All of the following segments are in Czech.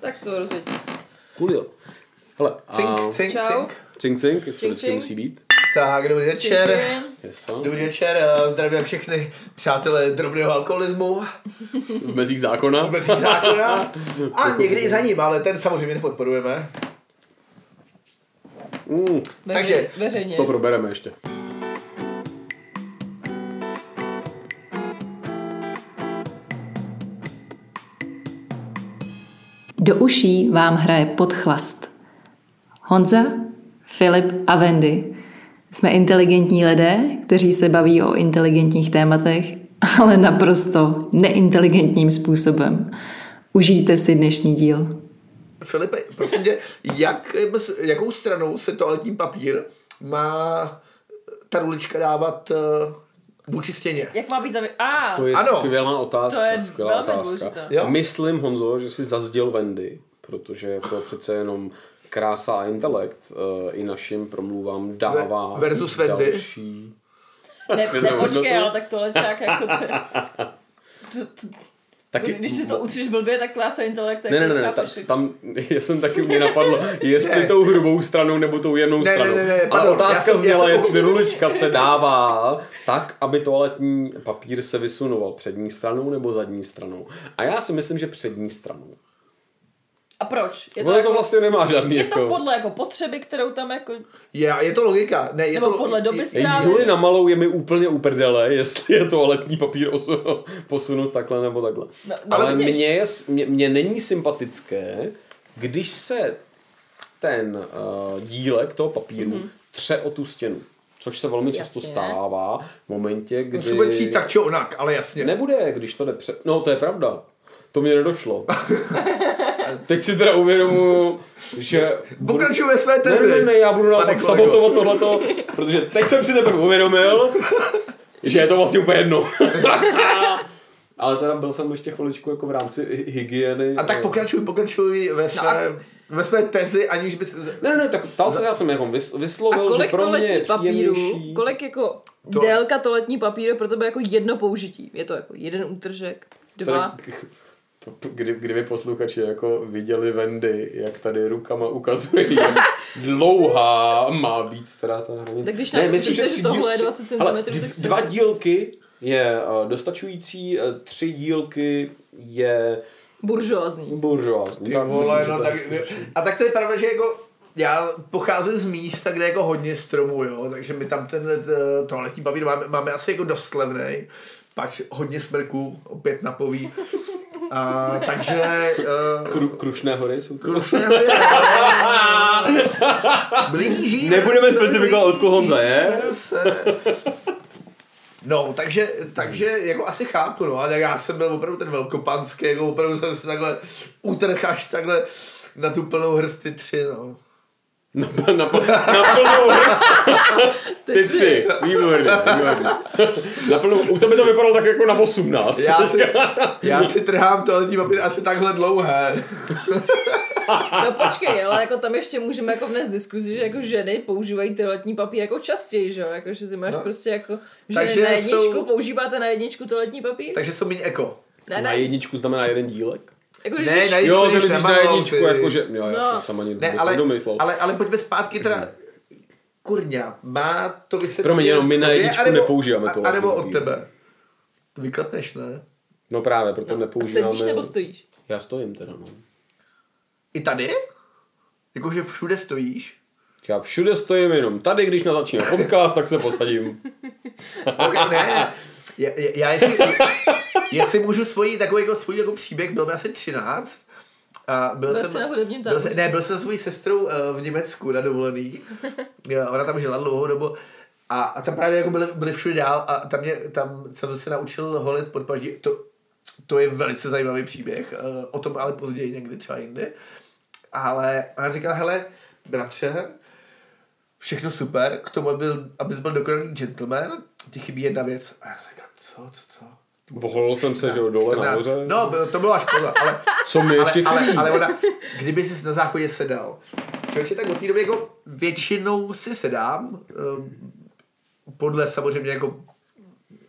Tak to rozjeď. Cool jo. Hele, Cink, a... cink, Čau. cink. Cink, cink, to Cink, vždycky cink. musí být. Tak, dobrý večer. Yes, so. Dobrý večer, eh, zdravím všechny přátelé drobného alkoholismu, V mezích zákona. vůbec zákona a někdy i za ním, ale ten samozřejmě nepodporujeme. Mm, Takže- Veřejně. to probereme ještě. Do uší vám hraje podchlast. Honza, Filip a Wendy. Jsme inteligentní lidé, kteří se baví o inteligentních tématech, ale naprosto neinteligentním způsobem. Užijte si dnešní díl. Filipe, prosím tě, jak, jakou stranou se toaletní papír má ta rulička dávat eh, vůči stěně? Jak má být zavě... A, To je Ano. skvělá otázka. To je skvělá velmi otázka. důležitá. Jo. Myslím, Honzo, že jsi zazděl Wendy, protože jako přece jenom krása a intelekt eh, i našim promluvám dává Ve- versus Wendy. další... ne, ne, počkej, ale tak tohle tak jako to, je- to, to, Taky... Když si to utřeš blbě, tak klása intelekt. tak Ne, ne, ne, ne, ta, chápeš, jako- tam, já jsem taky mě napadlo, jestli Ne. tou hrubou stranou nebo tou jemnou Ne, ne, stranou. ne, ne, Ale pardon, já otázka jsem- já zněla, jsem- jestli rulička se dává tak, aby toaletní papír se vysunoval přední stranou nebo zadní stranou. A já si myslím, že přední stranou. A proč? jako- Je to, ono to vlastně nemá žádný je jako... to podle jako potřeby, kterou tam jako... Je, je to logika. Ne, je Nebo to lo- podle doby je- Ej, strávy. Juli na malou je mi úplně uprdele, jestli je toaletní papír osu- posunut takhle nebo takhle. No, no, Ale vidíš. mně, je, s- mně, mně není sympatické, když se ten uh, dílek toho papíru mm-hmm. tře o tu stěnu. Což se velmi často Mhm. Jasně. stává v momentě, kdy... Musí být přijít tak či onak, ale jasně. Nebude, když to jde před... No, to je pravda. To mě nedošlo. Teď si teda uvědomuji, že... budu- Pokračujeme své ne, tezi. ne, ne, já budu Pane naopak kolego. sabotovat tohleto, protože teď jsem si teprve uvědomil, že je to vlastně úplně jedno. Ale teda byl jsem ještě chviličku jako v rámci hy- hygieny. no. A tak pokračuj, pokračuj No ve své, ve své tezi, aniž bys... Ne, ne, ne, tak ptal se, já jsem jako vys, A vyslovil, že kolik pro mě je toaletní papíru, příjemnější. kolik jako To- délka toaletní papíru je pro tebe jako jedno použití? Je to jako jeden útržek, dva? Tady- p- p- Kdy, kdyby posluchači jako viděli Wendy, jak tady rukama ukazuje, jak dlouhá má být teda ta hranice. Tak když nás učíte, že tři tohle je tři- 20 cm, ale tak d- se- Dva dílky je eh, dostačující, eh, tři dílky je Buržoázní. buržoázní. Ty Tak myslím, vole, no že to je tak, skutečně. a tak to je pravda, že jako já pocházím z místa, kde je jako hodně stromů, jo, takže my tam ten eh, toaletní papír máme, máme asi jako dost levnej, pač hodně smrků, opět napoví. A, takže... eh, Kru, krušné hory jsou to. Krušné hory, eh, Blížíme Nebudeme se, specifikovat, odkud Honza je. blížíme se. No, takže, takže jako asi chápu, no, ale já jsem byl opravdu ten velkopanský, jako opravdu jsem se takhle utrh až takhle na tu plnou hrst ty tři, no. Na, na, na, na plnou hrst. Ty tři. Výborně, výborně. Na plnou, u tebe to vypadalo tak jako na 18. Já si, já si trhám toaletní papír asi takhle dlouhé. No počkej, ale jako tam ještě můžeme jako vnést diskuzi, že jako ženy používají toaletní papír jako častěji, že jo? Jako, že ty máš No. prostě jako, že Takže na jedničku, jsou- používáte na jedničku toaletní papír? Takže jsou méně eko. ne, Na ne, jedničku znamená jeden dílek? jako když Ne, jsi- na jedničku. Jo, ty když myslíš na nemalou, jedničku, ty. jakože... Jo, já No. to jsem ani Ne, vůbec ale, nedomyslel. ale, ale pojďme zpátky teda. Kurňa, má to vysvětlit. Promiň, jenom my na tobě, jedničku anebo- nepoužíváme jako a- toaletní anebo od papír. tebe. To vyklepneš, ne? No právě, proto A nepoužíváme... sedíš nebo stojíš? Já stojím teda, no. I tady? Jakože všude stojíš? Já všude stojím jenom tady, když na začíná podcast, tak se posadím. Okay, ne, ne. Já, já- já jestli, jestli můžu svoji, takový jako, svůj jako příběh, byl mi asi 13. A byl, Byl jsem, jsi na hudebním byl jsem, táboře. Ne, byl jsem s svojí sestrou uh, v Německu na dovolený. Jo, Ona tam žila dlouhou dobu. A, a tam právě jako byly, byly všude dál a tam, mě, tam jsem se naučil holit pod paždí. To, to je velice zajímavý příběh, eh, o tom ale později někdy třeba jindy. Ale ona říkala, hele, bratře, všechno super, k tomu, aby byl, abys byl dokonalý gentleman, ti chybí jedna věc. A já jsem říkal, co, co, co? Voholil jsem se, že jo, dole Čtrnáct- nahoře. No, bylo- to bylo až podle, ale, Co mi ale, ještě ale, chybí? ale ona, kdyby jsi na záchodě sedal, člověče, tak od té doby jako většinou si sedám, ehm, podle samozřejmě jako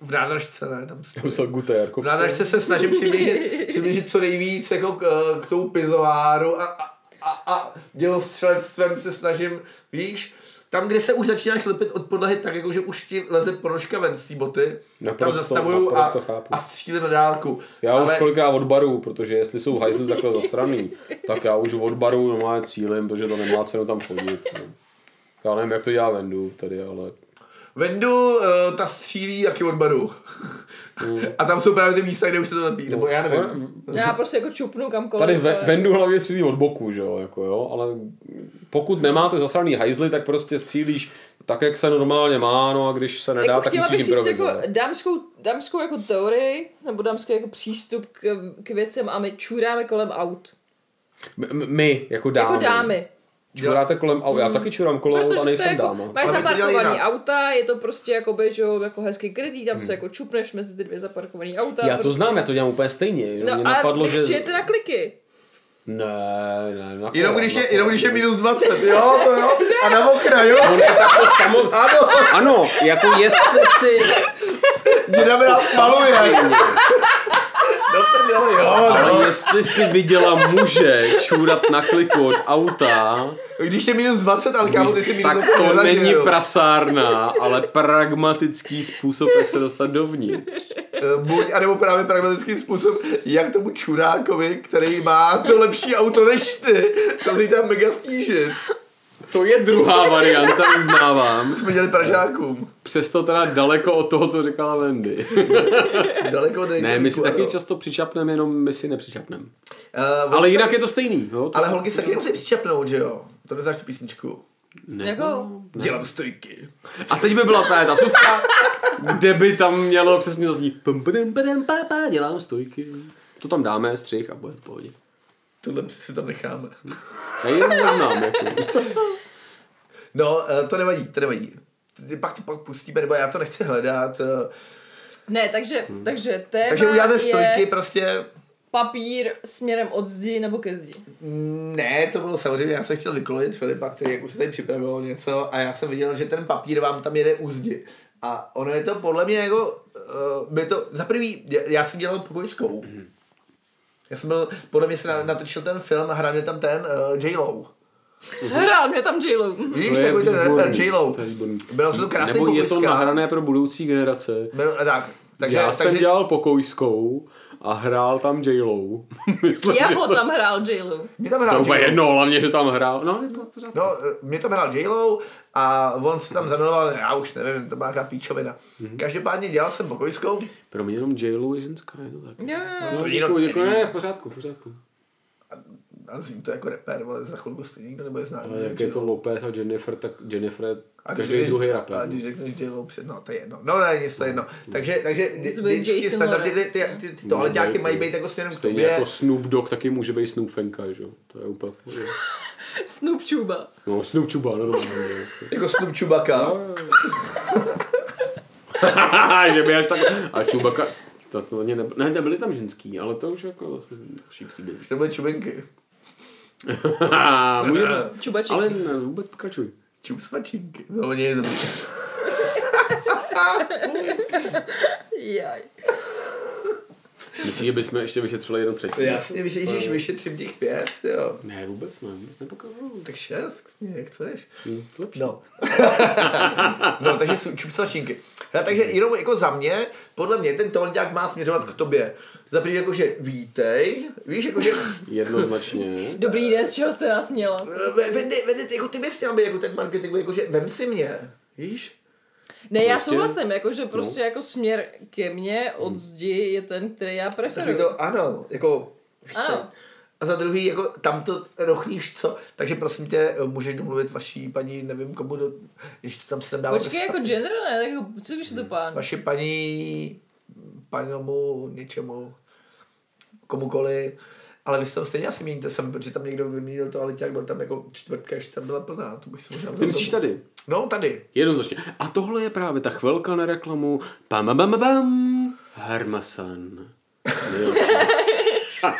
v nádražce, ne, tam Já myslel Gute v Jarkovský. nádražce se snažím přiblížit, přiblížit co nejvíc jako k, k tomu pivováru a, a, a, a dělostřelectvem se snažím, víš, tam, kde se už začínáš lepit od podlahy tak, jako že už ti leze ponožka ven z té boty, Naprosto- tam zastavuju a, naprosto chápu. a střílím na dálku. Já Ale... už Ale- kolikrát odbaru, protože jestli jsou hajzly takhle zasraný, tak já už odbaru normálně cílem, protože to nemá cenu tam chodit. No. Já nevím, jak to dělá Vendu tady, ale... Vendu, eh, ta střílí taky od baru. Mm. A tam jsou právě ty místa, kde už se to lepí, nebo já nevím. Já prostě jako čupnu kamkoliv. Tady ve, ale- Vendu hlavně střílí od boku, že jo, jako jo, ale pokud nemáte zasraný hajzly, tak prostě střílíš tak, jak se normálně má, no a když se nedá, Jako tak chtěla bych musíš říct jako improvizovat. dámskou, dámskou jako teorii, nebo dámský jako přístup k, k věcem a my čuráme kolem aut. M- m- My, jako dámy. Jako dámy. Mm. Čuráte kolem aut, já taky čurám kolem aut a Protože to nejsem jako, dáma. máš Ale my to dělali zaparkovaný jinak. auta, je to prostě jakoby, že jo, jako hezky krytý, tam se jako čupneš mezi ty dvě zaparkovaný auta. Hmm. Já to prostě. znám, já to dělám úplně stejně. jenom mě No a napadlo, že... že... chčete na kliky. Ne, ne, na Jenom kola, když, na je, kola. jenom když je minus 20, jo, to jo, a na okna, jo, On je takto samo... ano, Ano, jako jestli si... děda mi nás maluje, do prdele, jo, no. Ale jestli si viděla muže čůrat na kliku od auta, Když je minus 20, ale kámo, ty si minus tak 20 to nezažil. není prasárna, ale pragmatický způsob, jak se dostat dovnitř. Eh, Buď, anebo právě pragmatický způsob, jak tomu čurákovi, který má to lepší auto než ty, to se jí tam mega stížit. To je druhá varianta, uznávám. Jsme dělali Pražákům. Přesto teda daleko od toho, co říkala Wendy. Daleko od Ne, my si rejtinku, taky ano. často přičapneme, jenom my si nepřičapneme. Eh, Ale jinak je to stejný, jo? To... Ale holky se taky nemusí přičepnout, že jo? To neznáš tu písničku. Jako, Dělám stojky. A teď by byla právě ta suvka, kde by tam mělo přesně zaznít pum, pum, pum, pa, pa, dělám stojky. To tam dáme, střih a bude v pohodě. Tohle si tam necháme. Já ji neznám. Jako. No, eh, to nevadí, to nevadí. Ty Pak to pak pustíme, nebo já to nechci hledat. eh. ne, takže, Hmm. takže téma Takže uděláte je stojky prostě... papír směrem od zdi nebo ke zdi. Mm, Ne, to bylo samozřejmě, já jsem chtěl vykolit Filipa, který jako se tady připravil něco a já jsem viděl, že ten papír vám tam jede úzdi. A ono je to podle mě jako, uh, by to, za prvý, já- já jsem dělal pokojskou. Já jsem byl, podle mě se na- natočil ten film a hrál mě tam ten uh, J-Lo. Mhm. Hrál mě tam j Víš, takový ten rapper J-Lo. To je výborný. Byla se to krásný Nebo je to pokojská. nahrané pro budoucí generace. Byl, eh, tak, takže, já takže, jsem dělal pokojskou a hrál tam J-Lo. Myslím, že Jeho to... tam hrál j mě tam To hrál úplně J-Lo. jedno, hlavně, že tam hrál. No, nebo pořád. No, eh, mě tam hrál J-Lo a on se tam zamiloval, já už nevím, to byla nějaká píčovina. Každopádně dělal jsem pokojskou. Pro mě jenom J-Lo je ženská, je to tak. No, nikdo děkuji, děkuji, neví. ne, v pořádku, v pořádku. A zní to jako reper, ale za chvilku stejně nikdo nebude znát. Ale jak je to Lopez a Jennifer, tak Jennifer je A když každý řekneš- druhý A rapper. když řekneš J-Lo před, no to je jedno. No ne, nic to je jedno. Takže, takže To byl vždycky Jason standardy, ty, Lawrence, ty, ne? ty, ty toaleťáky mají být jako směrem k Stejně tobě. jako Snoop Dogg taky může být Snoop Fenka, že jo? To je úplně... Snoop Chuba. No, Snoop Chuba, no normálně. Jako Snoop Chewbacca. že by až tak... A Chewbacca... To, to ne, ne, nebyly tam ženský, ale to už jako to jsou další příběh. To byly čubenky. Může, Čubaček. ale ne, vůbec pokračuj. Čup svačinky. No oni jenom. Jaj. Myslíš, že bychom ještě vyšetřili jenom třetí? Jasně, víš, když vyšetřím těch pět, jo. Ne, vůbec ne, vůbec nepokračuju. Tak šest, klidně, jak chceš. Hm, to lepší. No. no, takže su- čup svačinky. Hele, takže jenom jako za mě, podle mě ten toaleťák má směřovat k tobě. Za první jakože vítej, víš, jako, jakože Jednoznačně. Dobrý den, z čeho jste nás měla? Ve- Vede, vede, jako ty bys měl být jako ten marketing, jakože vem si mě, víš? Ne, já Prostě- Hmm. souhlasím, jakože prostě jako směr ke mně od zdi je ten, který já Takový preferuji. to, ano, jako víte. Ano. A za druhý, jako tam to rochníš, co? Takže prosím tě, můžeš domluvit vaší paní, nevím komu, do, ještě tam se tam dává... Počkej, jako gender ne, tak jako, co když je to pán? Vaše paní, panomu, něčemu, komukoli. Ale vy se tam stejně asi měníte sem, protože tam někdo vyměnil to, ale těk byl tam jako čtvrtka, ještě tam byla plná, to bych se možná... Ty myslíš tady? No, tady. Jednoznačně. A tohle je právě ta chvilka na reklamu. Pam, pam, pam, pam. Harmasan. Nejlepší.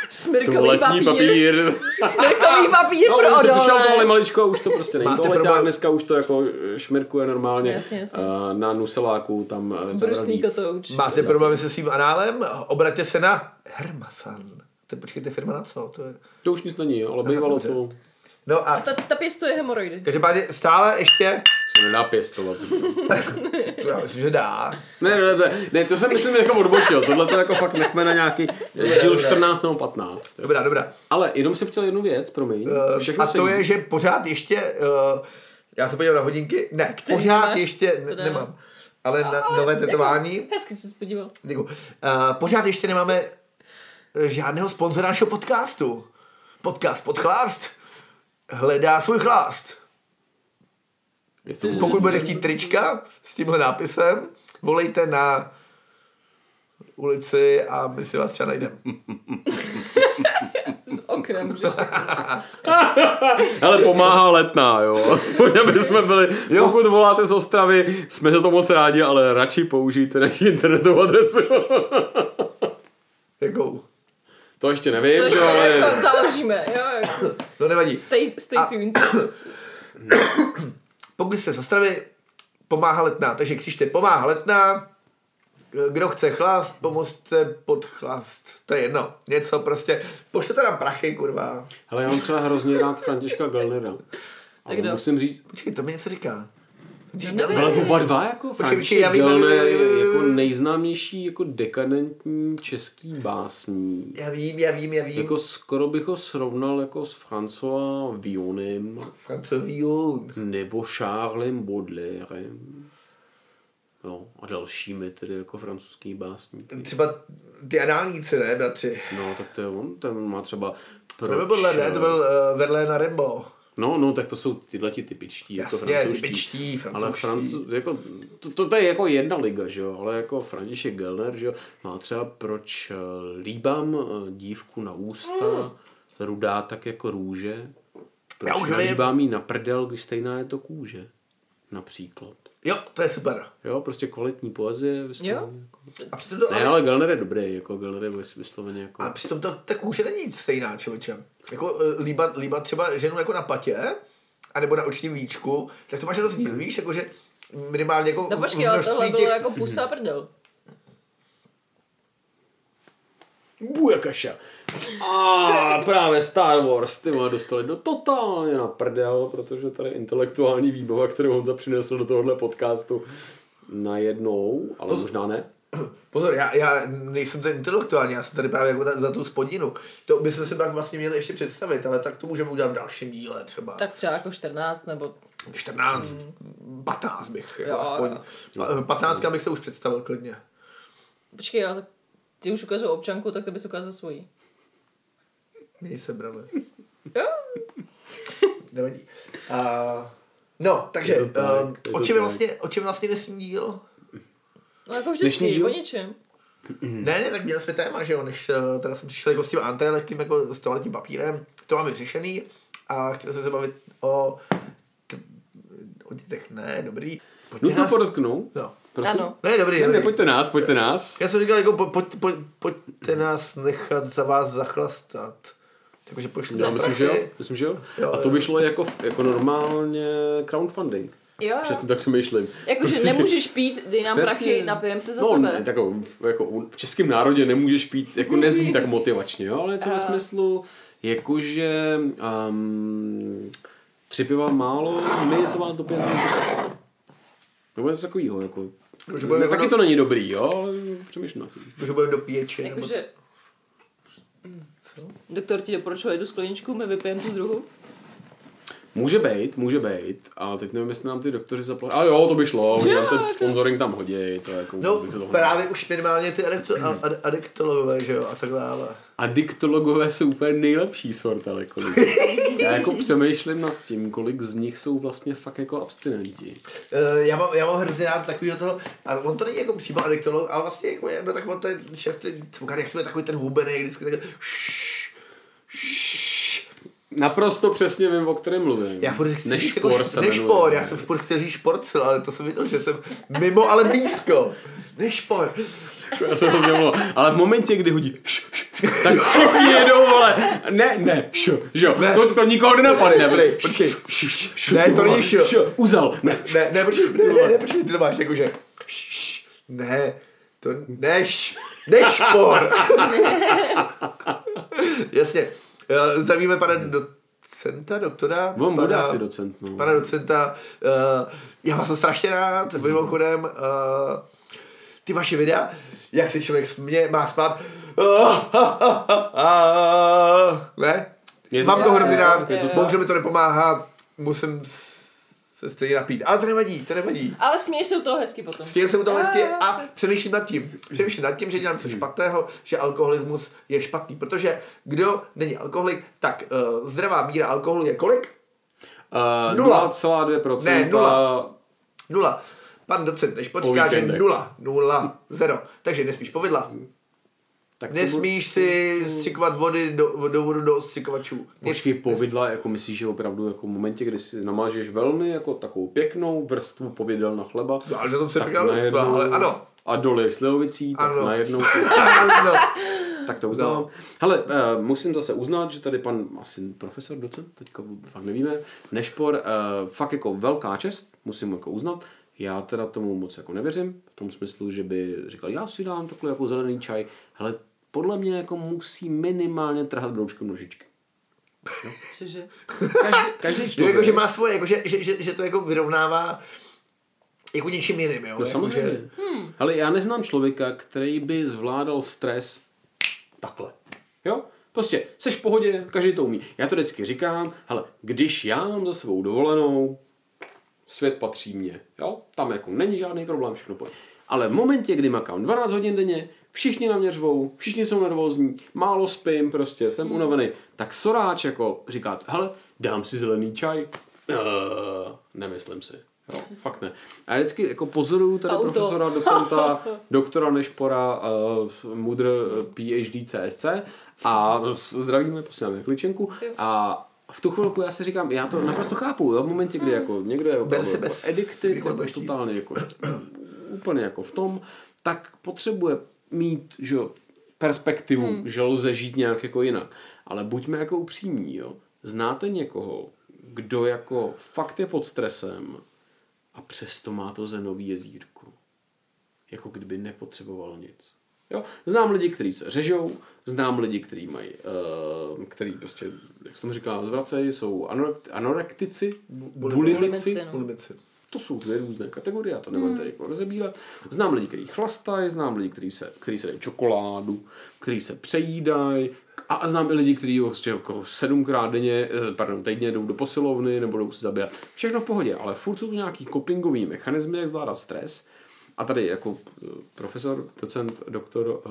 Smrkový Toaletní papír. papír. Smrkový papír No, pro on se tušel tohle odolné. maličko a už to prostě není. Máte Tohle problém? dneska už to jako eh, šmirkuje normálně Jasně, jasně. eh, na nuseláku tam eh, Brusný zavraví. kotouč. Máte problémy se svým análem? Obraťte se na Hermasan. To je, počkejte, firma na co? To je... To už nic není, ale bývalo dobře. to. No a Ta, ta pěstuje hemoroidy. každopádně stále ještě, Se nedá pěstovat. to já myslím, že dá. Ne, ne, ne, ne, to jsem myslím jako odbočil. Tohle to jako fakt nechme na nějaký eh, díl dobré. 14 nebo 15. Dobrá, dobrá. Ale jenom jsem chtěl jednu věc, promiň. Eh, Všechno a to sedí. je, že pořád ještě, uh, já se podívám na hodinky, ne, pořád máš? ještě ne, Teda. nemám, ale na, nové tetování, jako Hezky jsi se podíval. děkuji. uh, pořád ještě nemáme eh, žádného sponzora našeho podcastu. Podcast Podchlást hledá svůj chlást. Je to Pokud budete chtít trička s tímhle nápisem, volejte na ulici a my si vás třeba najdeme. S okrem, můžeš Ale pomáhá letná, jo. Aby jsme byli, jo. pokud voláte z Ostravy, jsme za to moc rádi, ale radši použijte naši internetovou adresu. Jakou? to ještě To nevím, ještě že, ale... jako založíme, jo, jako. No nevadí. Stay, stay A- tuned. prostě. Pokud jste z Ostravy, pomáhá letná. Takže křičte pomáhá letná, kdo chce chlást, pomozte pod chlást. To je jedno. Něco prostě. Pošlete nám prachy, kurva. Hele, já mám třeba hrozně rád Františka Gellnera. Tak kdo? musím říct, Počkej, to mi něco říká. Počkej, nevím. ale Gellner- oba dva jako František já vím, Gellner já vím, já vím, je já vím. jako nejznámější jako dekadentní český básník. Já vím, já vím, já vím. Jako... Jako skoro bych ho srovnal jako s François Vionem. Francovion. nebo Charlesem Baudelaireem. No, a dalšími tedy jako francouzský básník. Třeba ty análníci, ne, bratři? No, tak to je on, ten má třeba proč, To nebyl Baudelaire, ne, to byl uh, Verlaine a Rimbaud. No, no, tak to jsou tyhle ti typičtí, jako Jasně, francouzští. typičtí, Ale francouzští. francouz, jako, to, to, to, je jako jedna liga, že jo, ale jako František Gellner, že jo, má třeba proč eh, líbám eh, dívku na ústa, rudá tak jako růže, Hmm. Já proč už vím. líbám jí na prdel, když stejná je to kůže, například. Jo, to je super. Jo, prostě kvalitní poezie. vysloveně. jako- A přitom to, Ne, ale Gellner je dobrý, jako Gellner je vys- vysloveně jako... A přitom to, ta kůže není stejná, člověče. Jako uh, líbat, líbat třeba ženu jako na patě, anebo na oční víčku, tak to máš rozdíl, víš, jakože minimálně jako No počkej, v ale množství tohle bylo jako pusa prdel. Bujakaša. A právě Star Wars, ty vole, dostali do totálně na prdel, protože tady intelektuální výbava, kterou Honza přinesl do tohohle podcastu, najednou, ale možná ne. Pozor, já, já nejsem ten intelektuální, já jsem tady právě jako ta, za tu spodinu. To bychom si pak vlastně měli ještě představit, ale tak to můžeme udělat v dalším díle třeba. Tak třeba jako 14 nebo 14, 15 bych, jako Jo, aspoň. Pa- 15 bych se už představil klidně. Počkej, ale tak ty už ukazuješ občanku, tak ty bys ukázal svoji. Měj se, brale. Jo. Nevadí. Uh, no, takže, Je to tak, ehm, je o, to čem tak. vlastně, o čem vlastně dnešní díl? No jako Dnešní vždycky, díl? o ničem. Hmm. Ne, ne, tak měli jsme téma, že jo, než eh, teda jsem přišel jako s tím antilehkým, jako s toaletním papírem, to máme řešený a chtěl jsem se bavit o, t- o dětech, ne, dobrý. Pojďte No to podotknu. no. Prosím. Ano. Ne, dobrý, Ne, ne, dobrý. pojďte nás, pojďte nás. Já jsem říkal, jako, po, pojď, pojď, pojďte nás nechat za vás zachlastat. Takže pošlete Já nám No, myslím, že prachy. jo, myslím, že jo. Jo, A to jo. by šlo jako, jako normálně crowdfunding. Jo, jo. Že to tak přemýšlím. Jakože Protože- nemůžeš pít, dej nám Přesně. prachy, napijem se za no, tebe. Mm. Ne, tak jo, v- jako u- v českém národě nemůžeš pít, jako nezní tak motivačně, jo, ale Eh. co ve smyslu, jakože um, tři piva málo, my z vás dopijeme můžeme. Nebo něco takového, jako. Protože Ne, budeme taky na- to není dobrý, jo, ale přemýšlím na tím. Že budeme do píječe. nebo Jakože... Mm. Doktor ti doporučil jednu skleničku, my vypijeme tu druhou. Může být, může být, ale teď nevím, jestli nám ty doktory zaplatili. A jo, to by šlo, oni nám ten sponsoring tam hodí, to je jako... No, by se to Hmm. hodilo. právě už minimálně ty adekto- a- ad- adektologové, že jo, a tak dále. Adiktologové jsou úplně nejlepší sorta jako lidí. Já jako přemýšlím nad tím, kolik z nich jsou vlastně fakt jako abstinenti. Eh, Já mám, já mám hrozně rád takovýho toho, a on to není jako přímo adektolog, ale vlastně jako je, no tak on to je šéf, ty cvukár, jak jsme takový ten hubený, jak vždycky tak, šš, šš. Naprosto přesně vím, o kterém mluvím. Já furt chci říct Nešpor jako, se nešpor, jmenuje. já jsem furt chtěl říct šporcel, ale to jsem viděl, že jsem mimo, ale blízko. Nešpor. Já jsem hrozně mluvil. Ale v momentě, kdy hodí š, š, š, tak všichni jedou, vole. Ne, ne, šo, žo, Ne. to, to nikoho nenapadne, brej. Počkej. Ne, to není šo. šo. Uzal, ne. Ne, ne, počkej, ne, ne, ne, počkej, ty to máš jakože. š, š, Ne, to neš, nešpor. Jasně. Eh, Zdravíme pana docenta, doktora. On bude pana- asi docent, no. Pana Mm. docenta. eh, Já vás jsem strašně rád, mimochodem. eh, Ty vaše videa, jak se člověk smě, má spát. Ne? Je to Mám to tak? hrozně rád, Je to tak? bohužel mi to nepomáhá, musím se stejně napít. Ale to nevadí, to nevadí. Ale směješ se u toho hezky potom. Směju se u toho hezky a přemýšlím nad tím. Přemýšlím nad tím, že dělám něco špatného, že alkoholismus je špatný. Protože kdo není alkoholik, tak uh, zdravá míra alkoholu je kolik? Uh, Nula. 0,2%. Ne, nula. Nula. Pan docent než počká, že víkendech. nula, nula, zero. Takže nesmíš povidla. Tak to Nesmíš si střikovat vody do, do vodu do odstřikovačů. bude- Počkej, povidla, jako myslíš, že opravdu jako v momentě, kdy si namážeš velmi jako takovou pěknou vrstvu povidel na chleba, Záleží na tom, co tak je pěkná vrstva, najednou- ale ano. A dole slivovicí, tak Ano. najednou Ano, Tak to uznávám. No. Hele, uh, musím zase uznat, že tady pan, asi profesor, docent, teďka fakt nevíme, Nešpor, uh, fakt jako velká čest, musím jako uznat. Já teda tomu moc jako nevěřím, v tom smyslu, že by říkal, já si dám takhle jako zelený čaj, ale podle mě jako musí minimálně trhat broučkem nožičky. Cože? Každý, každý Jo, člověk. jako, že má svoje, jako, že, že, že, že, to jako vyrovnává jako něčím jiným, jo? No jako, samozřejmě. Že, Hmm. Ale já neznám člověka, který by zvládal stres takhle. Jo? Prostě, seš v pohodě, každý to umí. Já to vždycky říkám, ale když já mám za svou dovolenou, svět patří mně. Jo? Tam jako není žádný problém, všechno pojde. Ale v momentě, kdy makám 12 hodin denně, všichni na mě řvou, všichni jsou nervózní, málo spím, prostě jsem unavený, tak soráč jako říká, hele, dám si zelený čaj. Uh, nemyslím si. Jo, fakt ne. A já vždycky jako pozoruju tady Auto. profesora, docenta, doktora Nešpora, uh, mudr eh, PhD CSC a zdravíme, posíláme kličenku a v tu chvilku já si říkám, já to naprosto chápu, jo, v momentě, kdy jako někdo je Ber opravdu si jako bez addicted, jako výhodností. totálně jako úplně jako v tom, tak potřebuje mít, že jo, perspektivu, hmm. že lze žít nějak jako jinak. Ale buďme jako upřímní, jo. Znáte někoho, kdo jako fakt je pod stresem a přesto má to zenový jezírko? jako kdyby nepotřeboval nic. Jo? Znám lidi, kteří se řežou, znám lidi, kteří mají, uh, který prostě, jak se tomu říká, zvracejí, jsou anorekt, anorektici, bu- bulimici. Bulimici, no. Bulimici. To jsou dvě různé kategorie, já to nemám tady jako rozebírat. Znám lidi, kteří chlastají, znám lidi, kteří se, který se dají čokoládu, kteří se přejídají, a- a znám i lidi, kteří prostě jako sedmkrát denně, eh, pardon, týdně jdou do posilovny nebo jdou se zabíjat. Všechno v pohodě, ale furt jsou tu nějaký copingový mechanismy, jak zvládat stres. A tady jako eh, profesor, docent, doktor eh,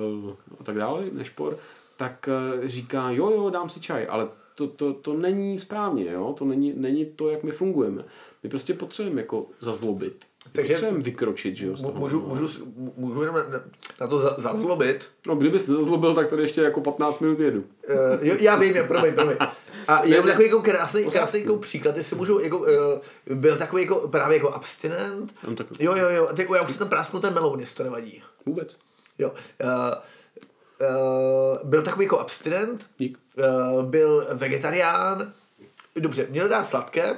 a tak dále, nešpor, tak eh, říká, jo, jo, dám si čaj, ale to, to, to není správně, jo? to není, není to, jak my fungujeme. My prostě potřebujeme jako zazlobit. My Takže- potřebujeme vykročit, že jo, z Mů- toho. Můžu, můžu, můžu jenom na- na to za- zazlobit. No, kdybys nezazlobil, tak tady ještě jako 15 minut jedu. Eh, jo, já vím, já, promiň, promiň. A jenom ne. takový jako krásný, krásný jako příklad, jestli můžu, jako, eh, byl takový jako právě jako abstinent. Tam tak- Jo, jo, jo, tak já už jsem tam prásknul ten meloun, jestli to nevadí. Vůbec. Jo. eh, eh, byl takový jako abstinent, Dík. eh, byl vegetarián, dobře, měl dát sladké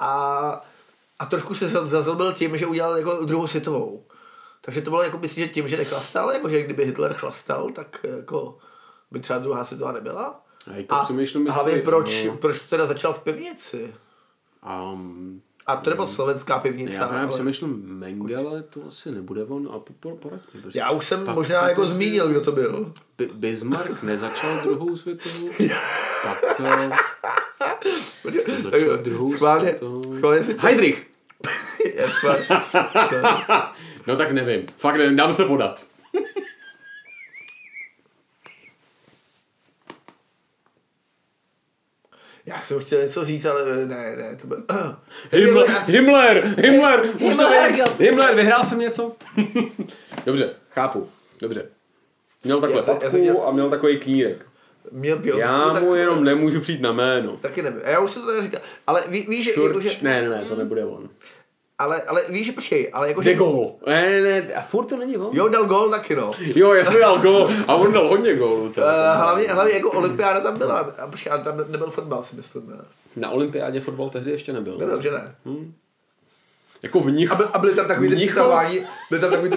a, a trošku se za- zazlobil tím, že udělal jako druhou světovou. Takže to bylo jako myslím, že tím, že nechlastal, jako že kdyby Hitler chlastal, tak jako by třeba druhá světová nebyla. A jako přemýšlím, a jestli- hlavně proč, no. proč to teda začal v pivnici? Um, A to nebyla slovenská pivnice. já právě ale- přemýšlím, Mengele to asi nebude on a po- po- poraď mi. prostě. já už jsem Tak- možná tak- jako zmínil, kdo to byl. Bi- Bismarck nezačal druhou světovou, tak eh, začal druhou Eh, Schválně, světovou. schválně si... Heidrich! Já schválně. No tak nevím, fakt nevím, dám se podat. Já jsem chtěl něco říct, ale eh, ne, ne, to byl... Himmler, Já jsem- Himmler, Himmler, už to Himmler, vím. Gott. Himmler, vyhrál jsem něco? Dobře, chápu, dobře. Měl takhle Já jsem- já fatku jsem měl- a měl takový knírek. Měl pět. Já mu jenom nemůžu přijít na jméno. Taky nevím. A já už jsem to tady říkal. Ale ví, víš, že, Šurč, jako, že, ne, ne, ne, to nebude on. ale, ale víš, že počkej, ale jako, De že... gol. Ne, ne, a furt to není gol. Jo, dal gol taky, no. Jo, jasně dal gol. A on dal hodně gólů. teda. Eh, hlavně, hlavně jako olympiáda tam byla. A počkej, ale tam nebyl fotbal, si myslím. Ne? Na olympiádě fotbal tehdy ještě nebyl. Nebyl, že ne? Jako v nich... A, by, a byly tam takový ty Mnichov? přitahování, byly tam takový ty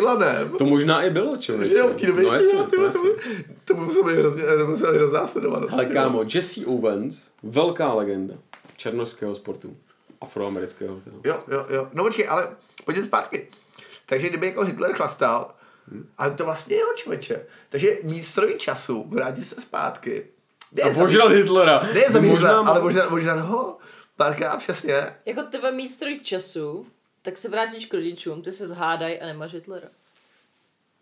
lanem. To možná i bylo, člověče. Že jo, v té době no, ještě, jasně, jo, ty no, vole, jasně. to, to muselo být hrozně, to muselo být hrozná sledovanost. Ale ty kámo, Jesse Owens, velká legenda černoského sportu. Afroamerického. Teda. Jo, jo, jo. No počkej, ale pojďme zpátky. Takže kdyby jako Hitler chlastal, Hmm. ale to vlastně jeho člověče. Takže mít stroj času, vrátit se zpátky. Ne A zabít- požral Hitlera. Ne zabít možná, Hitlera, má- ale možná, možná ho. Párkrát přesně. Jako ty ve mít stroj času, tak se vrátíš k rodičům, ty se zhádaj a nemáš Hitlera.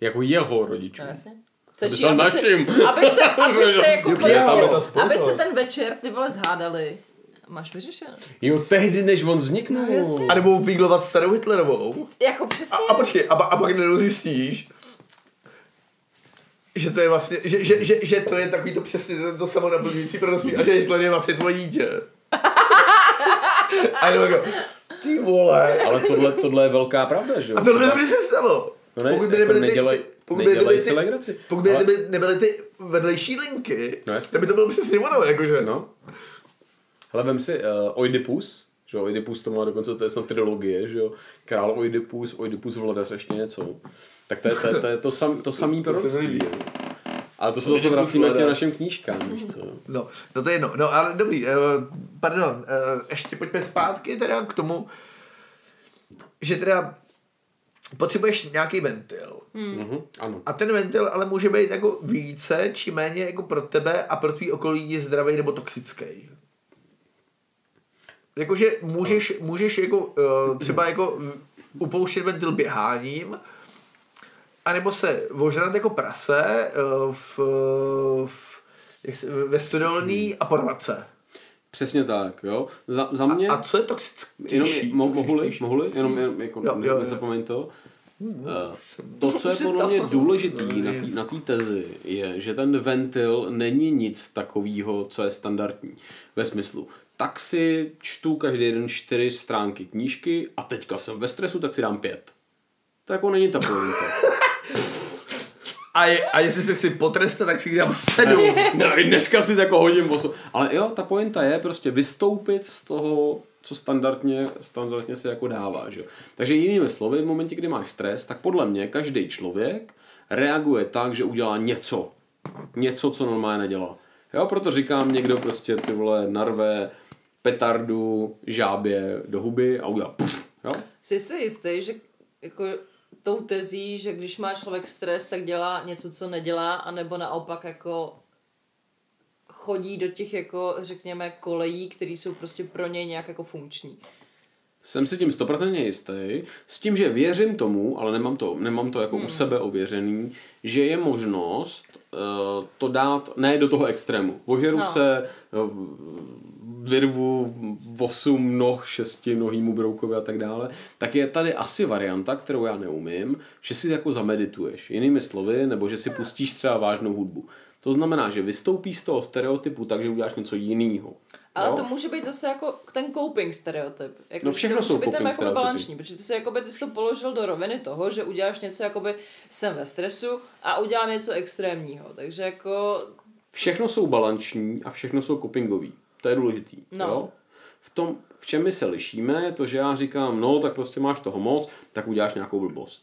Jako jeho rodičů. No jasně. se aby naším. se, aby se, aby se, jako Jo, prostě, právě ta aby se spojitost. ten večer ty vole zhádali. Máš vyřešeno. Jo, tehdy, než on No vzniknul. jasně. A nebo upíglovat starou Hitlerovou. Jako přesně. A, a počkej, a, pa- a pak najednou zjistíš, že to je vlastně, že, že, že, že to je takový to přesně to, to samonaplňující proroctví a že Hitler je vlastně tvoje dítě. A jenom jako, ty vole. ale tohle, tohle je velká pravda, že jo? A to by se stalo. No ne, jako nedělej- by nedělej nebyly si legraci. pokud by Ale- nebyly, nebyly ty vedlejší linky, No no, jasně. tak by to bylo přesně ono, jakože. No. Hele, vem si uh, Oidipus, že jo, Oidipus to má dokonce, to je snad trilogie, že jo, král Oidipus, Oidipus vladař, ještě něco. Tak to je to, je, to, je to, sam, to samý proroctví. líbí. jo. Ale to se zase Oidipus vracíme k těm vladař. našim knížkám, víš co. jo. No, no to je jedno. No ale dobrý, uh, pardon, uh, ještě pojďme zpátky teda k tomu, že teda potřebuješ nějaký ventil. Mhm, ano. A ten ventil ale může být jako více či méně jako pro tebe a pro tvý okolí zdravý nebo toxický. Jakože můžeš, můžeš jako, uh, třeba jako v- upouštět ventil běháním, anebo se ožrat jako prase uh, v, v, jak se, ve studelný a porvat se. Přesně tak, jo. Za, za mě... A co je toxický? jenom, mo, mohli, mohli, jenom, jenom jako, ne- Jo, jo, Hmm, no, jo. nezapomeň to. Eh, To, co je podle Přestal. mě důležitý No, na té na tý tezi, je, že ten ventil není nic takového, co je standardní. Ve smyslu, tak si čtu každý den čtyři stránky knížky a teďka jsem ve stresu, tak si dám pět. To jako není ta pointa. A, je, a jestli se chci potrestat, tak si jich dám sedm. No, i dneska si tak hodím oso. Ale jo, ta pointa je prostě vystoupit z toho, co standardně, standardně se jako dává. Že? jo. Takže jinými slovy, v momentě, kdy máš stres, tak podle mě každý člověk reaguje tak, že udělá něco. Něco, co normálně nedělá. Jo, proto říkám, někdo prostě ty vole narve petardu žábě do huby a udělá puf, jo? Jsi si jistý, že jako tou tezí, že když má člověk stres, tak dělá něco, co nedělá, anebo naopak jako chodí do těch jako, řekněme, kolejí, které jsou prostě pro něj nějak jako funkční. Jsem si tím stoprocentně jistý, s tím, že věřím tomu, ale nemám to, nemám to Hmm. jako u sebe ověřený, že je možnost uh, to dát ne do toho extrému. Ožeru no. No. se, no, vyrvu 8 noh, 6 nohýmu broukovi a tak dále, tak je tady asi varianta, kterou já neumím, že si jako zamedituješ, jinými slovy, nebo že si Hmm. pustíš třeba vážnou hudbu. To znamená, že vystoupíš z toho stereotypu tak, že uděláš něco jiného. Ale Jo? to může být zase jako ten coping stereotyp. Jako, No že všechno to může jsou být tam coping jako stereotypy. balanční, protože ty, se, jakoby, ty jsi to položil do roviny toho, že uděláš něco, jakoby jsem ve stresu a udělám něco extrémního. Takže jako Všechno jsou balanční a všechno jsou copingový. To je důležitý. No. No. Jo? V tom, v čem my se lišíme, je to, že já říkám, no tak prostě máš toho moc, tak uděláš nějakou blbost.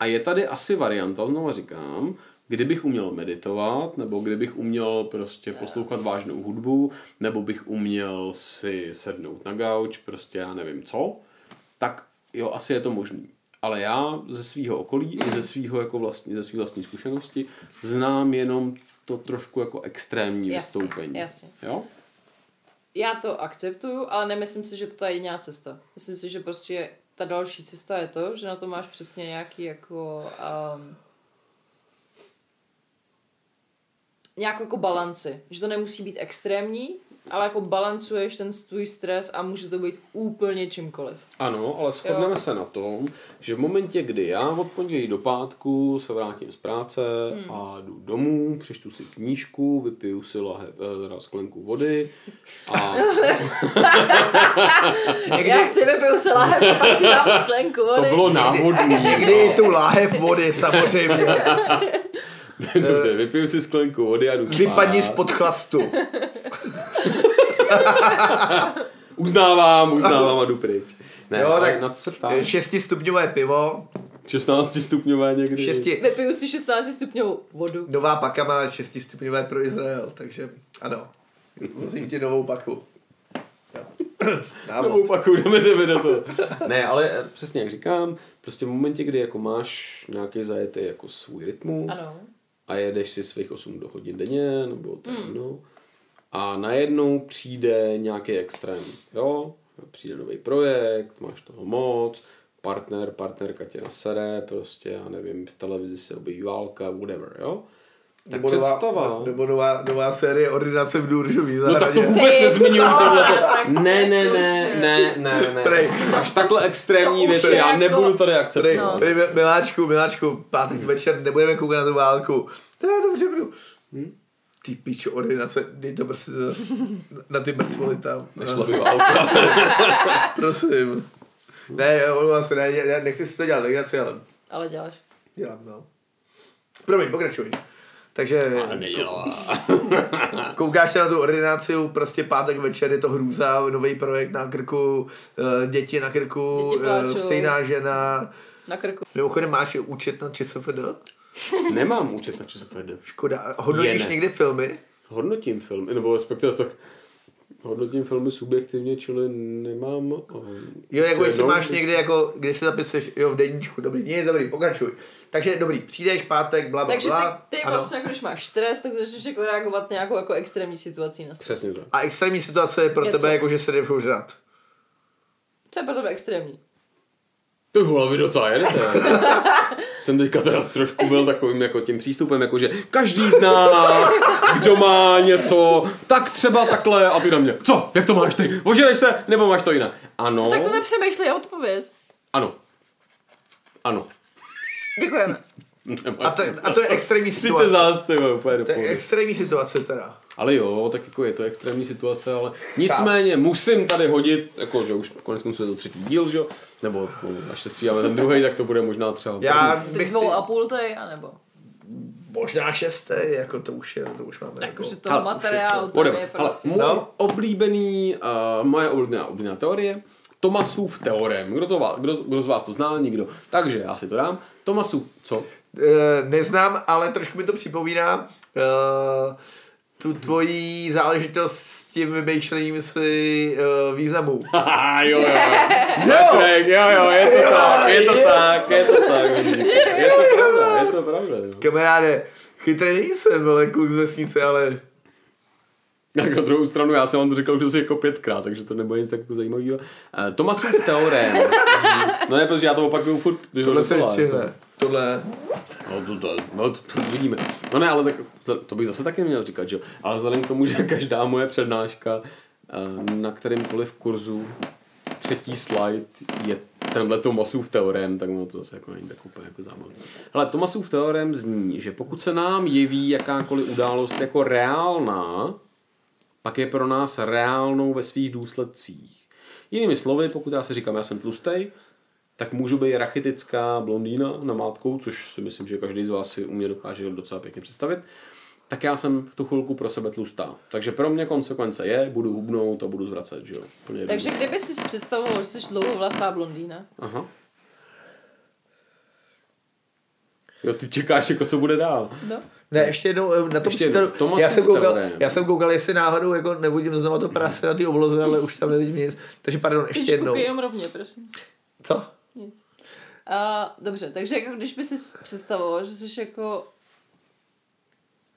A je tady asi varianta, znova říkám, kdybych uměl meditovat, nebo kdybych uměl prostě poslouchat vážnou hudbu, nebo bych uměl si sednout na gauč, prostě já nevím co, tak jo, asi je to možný. Ale já ze svého okolí i ze svého jako vlastní, ze svý vlastní zkušenosti znám jenom to trošku jako extrémní Jasně, vystoupení. jasně. Jo? Já to akceptuju, ale nemyslím si, že to je jediná cesta. Myslím si, že prostě ta další cesta je to, že na to máš přesně nějaký jako... Um, nějakou jako balanci. Že to nemusí být extrémní, ale jako balancuješ ten tvůj stres a může to být úplně čímkoliv. Ano, ale shodneme Jo. se na tom, že v momentě, kdy já od pondělí do pátku se vrátím z práce hmm. a jdu domů, přečtu si knížku, vypiju si lahe, eh, teda sklenku vody a Někdy, Já si vypiju se láhev a pak si dám sklenku to vody. bylo náhodný. někdy je tu láhev vody samozřejmě. Dobře, vypiju si sklenku vody a jdu spát. Vypadni spod chlastu. Uznávám, uznávám a jdu pryč. Ne, Jo, jo, tak- tak... na co se ptáš? 6 stupňové Eh, pivo, 16 stupňové někdy. 6, Vypiju si 16 stupňovou vodu. nová paka má 6 stupňové pro Izrael, takže ano. Musím ti novou paku. Jo. Nebo Návod. opaku, jdeme, No, jdeme na to. ne, ale eh, přesně jak říkám, prostě v momentě, kdy jako máš nějaký zajetý jako svůj rytmus, Ano. a jedeš si svých 8 do hodin denně, nebo to Hmm. mm. no. A najednou přijde nějaký extrém, jo? Přijde nový projekt, máš toho moc, partner, partnerka tě nasere, prostě, já nevím, v televizi se objeví válka, whatever, jo? Tak Nebo představa... nová, nebo nová, nová série ordinace v Důržový No tak to zahradě. vůbec Ty nezmiňuji vole, tohle. tak Ne, ne, to ne, už je. ne, ne, Prej. ne. Až takhle extrémní To už věci, je já jako- nebudu tady akceptovat. Tady, no. tady, mi- miláčku, miláčku, pátek večer, nebudeme koukat na tu válku. Ne, dobře, budu. Hmm? Ty pičo, ordinace, dej to prostě zas na ty mrtvoly tam. Nešla by válka. Prosím. Ne, omlouvám se, ne, já nechci si to dělat legraci, ale Ale děláš. dělám, no. Promiň, pokračuj. Takže Nedělá. koukáš se na tu ordinaci, prostě pátek večer je to hrůza, nový projekt na krku, eh, děti na krku, Děti eh, pláčou. stejná žena. Na krku. Mimochodem máš i účet na ČSFD? Nemám účet na ČSFD. Škoda. Hodnotíš Je ne. někdy filmy? Hodnotím film, nebo respektive tak hodnotím filmy subjektivně, čili nemám... um, Jo, jako ještě jestli jednou- máš někde, jako, kdy si zapisuješ, jo, v deníčku, dobrý, nie, dobrý, pokračuj. Takže dobrý, přijdeš pátek, bla, bla, Takže bla, ty, ty ano. vlastně, jako, když máš stres, tak začneš jako reagovat na nějakou jako extrémní situací na stres. Přesně tak. A extrémní situace je pro Je tebe, co? jako že se jdeš žrat. Co je pro tebe extrémní? Ty vole, vy do toho jedete. Jsem teďka teda trošku byl takovým jako tím přístupem, jako že každý z nás, kdo má něco, tak třeba takhle a ty na mě. Co? Jak to máš ty? Oženeš se? Nebo máš to jinak? Ano. No Tak to nepřemýšlej, odpověz. Ano. Ano. Děkujeme. Nemá- A to, a to je extrémní Přijďte situace. zás, ty vole, úplně do To je pohody. extrémní situace teda. Ale jo, tak jako je to extrémní situace, ale nicméně musím tady hodit, jako že už konec konců je to třetí díl, že jo, nebo no, až se střídáme ten druhý, tak to bude možná třeba. Já Ty bych dvou a půl tady, anebo? možná šesté, jako to už je, to už máme. Tak jako, už je to materiál, tam je whatever. Ale prostě. můj No. oblíbený, uh, moje oblíbená, oblíbená teorie, Tomasův teorem. Kdo, to, vá- kdo, kdo z vás to zná? Nikdo. Takže já si to dám. Tomasu, co? Eh, neznám, ale trošku mi to připomíná eh, tu tvoji záležitost s tím vymýšlením si eh, významů. Haha, jo, jo, jo. Patrick, jo, jo, je to tak, je to tak, je to tak. vidíš. Je to pravda, je to pravda. Jo. Kamaráde, chytrý nejsem, ale kluk z vesnice, ale Tak na druhou stranu, já jsem vám to říkal už asi jako pětkrát, takže to nebude nic tak jako zajímavého. Eh, Tomasův teorem. no ne, protože já to opakuju furt. že ho tohle se dokola, jako. střihne. Tohle. No to, to, no to, to vidíme. No ne, ale tak, to bych zase taky měl říkat, že jo. Ale vzhledem k tomu, že každá moje přednáška eh, na kterýmkoliv kurzu třetí slide je tenhle Tomasův teorem, tak ono to zase jako není tak úplně jako zábavné. Ale Tomasův teorem zní, že pokud se nám jeví jakákoliv událost jako reálná, pak je pro nás reálnou ve svých důsledcích. Jinými slovy, pokud já si říkám, já jsem tlustej, tak můžu být rachitická blondýna na mátkou, což si myslím, že každý z vás si u mě dokáže docela pěkně představit, tak já jsem v tu chvilku pro sebe tlustá. Takže pro mě konsekvence je, budu hubnout a budu zvracet, že jo. Úplně Takže kdyby si představoval, že jsi dlouhovlasá blondýna, Aha. Jo, ty čekáš, jako co bude dál. no? Ne, ještě jednou eh, na tom Ještě ještě jednou. příkladu. Tomasův já, jsem koukal, teorem. já jsem koukal, jestli náhodou jako nevidím znovu to prase na ty obloze, ale už tam nevidím nic. Takže pardon, ještě Ještě jednou. koukej jenom rovně, prosím. Co? Nic. A, dobře, takže jako když by si představoval, že jsi jako...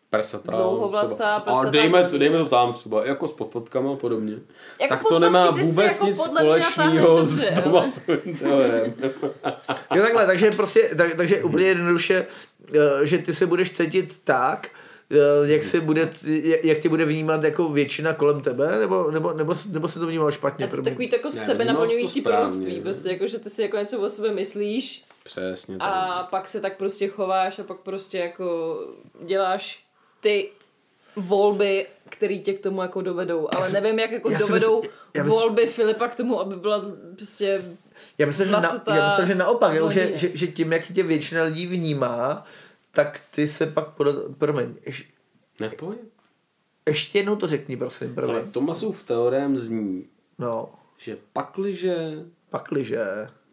Prsatá. Dlouhovlasá, třeba. prsatá A dejme, to, blondýna. dejme to tam třeba, jako s podpatkama a podobně. Jako tak to podpatky nemá ty si vůbec jako nic podle mě společného natáhneš s dobře, jo. Tomasovým teorem. Jo takhle, takže prostě, tak, takže úplně jednoduše, eh, že ty se budeš cítit tak, eh, jak, se bude, jak- jak tě bude vnímat jako většina kolem tebe, nebo, nebo, nebo, nebo se to vnímalo špatně? A to je první? takový to jako vnímal sebe naplňující jsi to správně. proroctví, prostě jako, že ty si jako něco o sebe myslíš Přesně tak. a pak se tak prostě chováš a pak prostě jako děláš ty volby, které tě k tomu jako dovedou. Ale nevím, jak jako já si dovedou myslím- já myslím- volby Filipa k tomu, aby byla prostě... Já myslím, že, na, Vlastitá já myslím, že naopak, jako, že, melodie. že, že tím, jak tě většina lidí vnímá, tak ty se pak, poda, promiň, ješ, Ne, v pohodě. ještě jednou to řekni, prosím, Ale promiň. Tomasův teorem zní, No, že pakliže pakliže.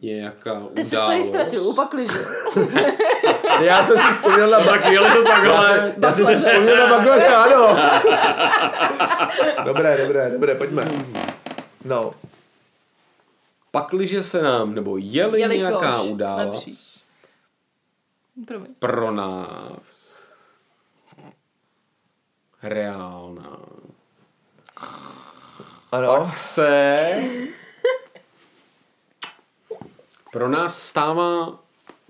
je jaká událost... Ty jsi tady ztratil, upakli, že? Já jsem si vzpomněl na Tak jeli to takhle. Já jsem si vzpomněl na makléře, ano. dobré, dobré, dobré, pojďme. No, Pakliže se nám, nebo jeli Jelikož, nějaká událost lepší. Promiň. pro nás reálná, ano. se pro nás stává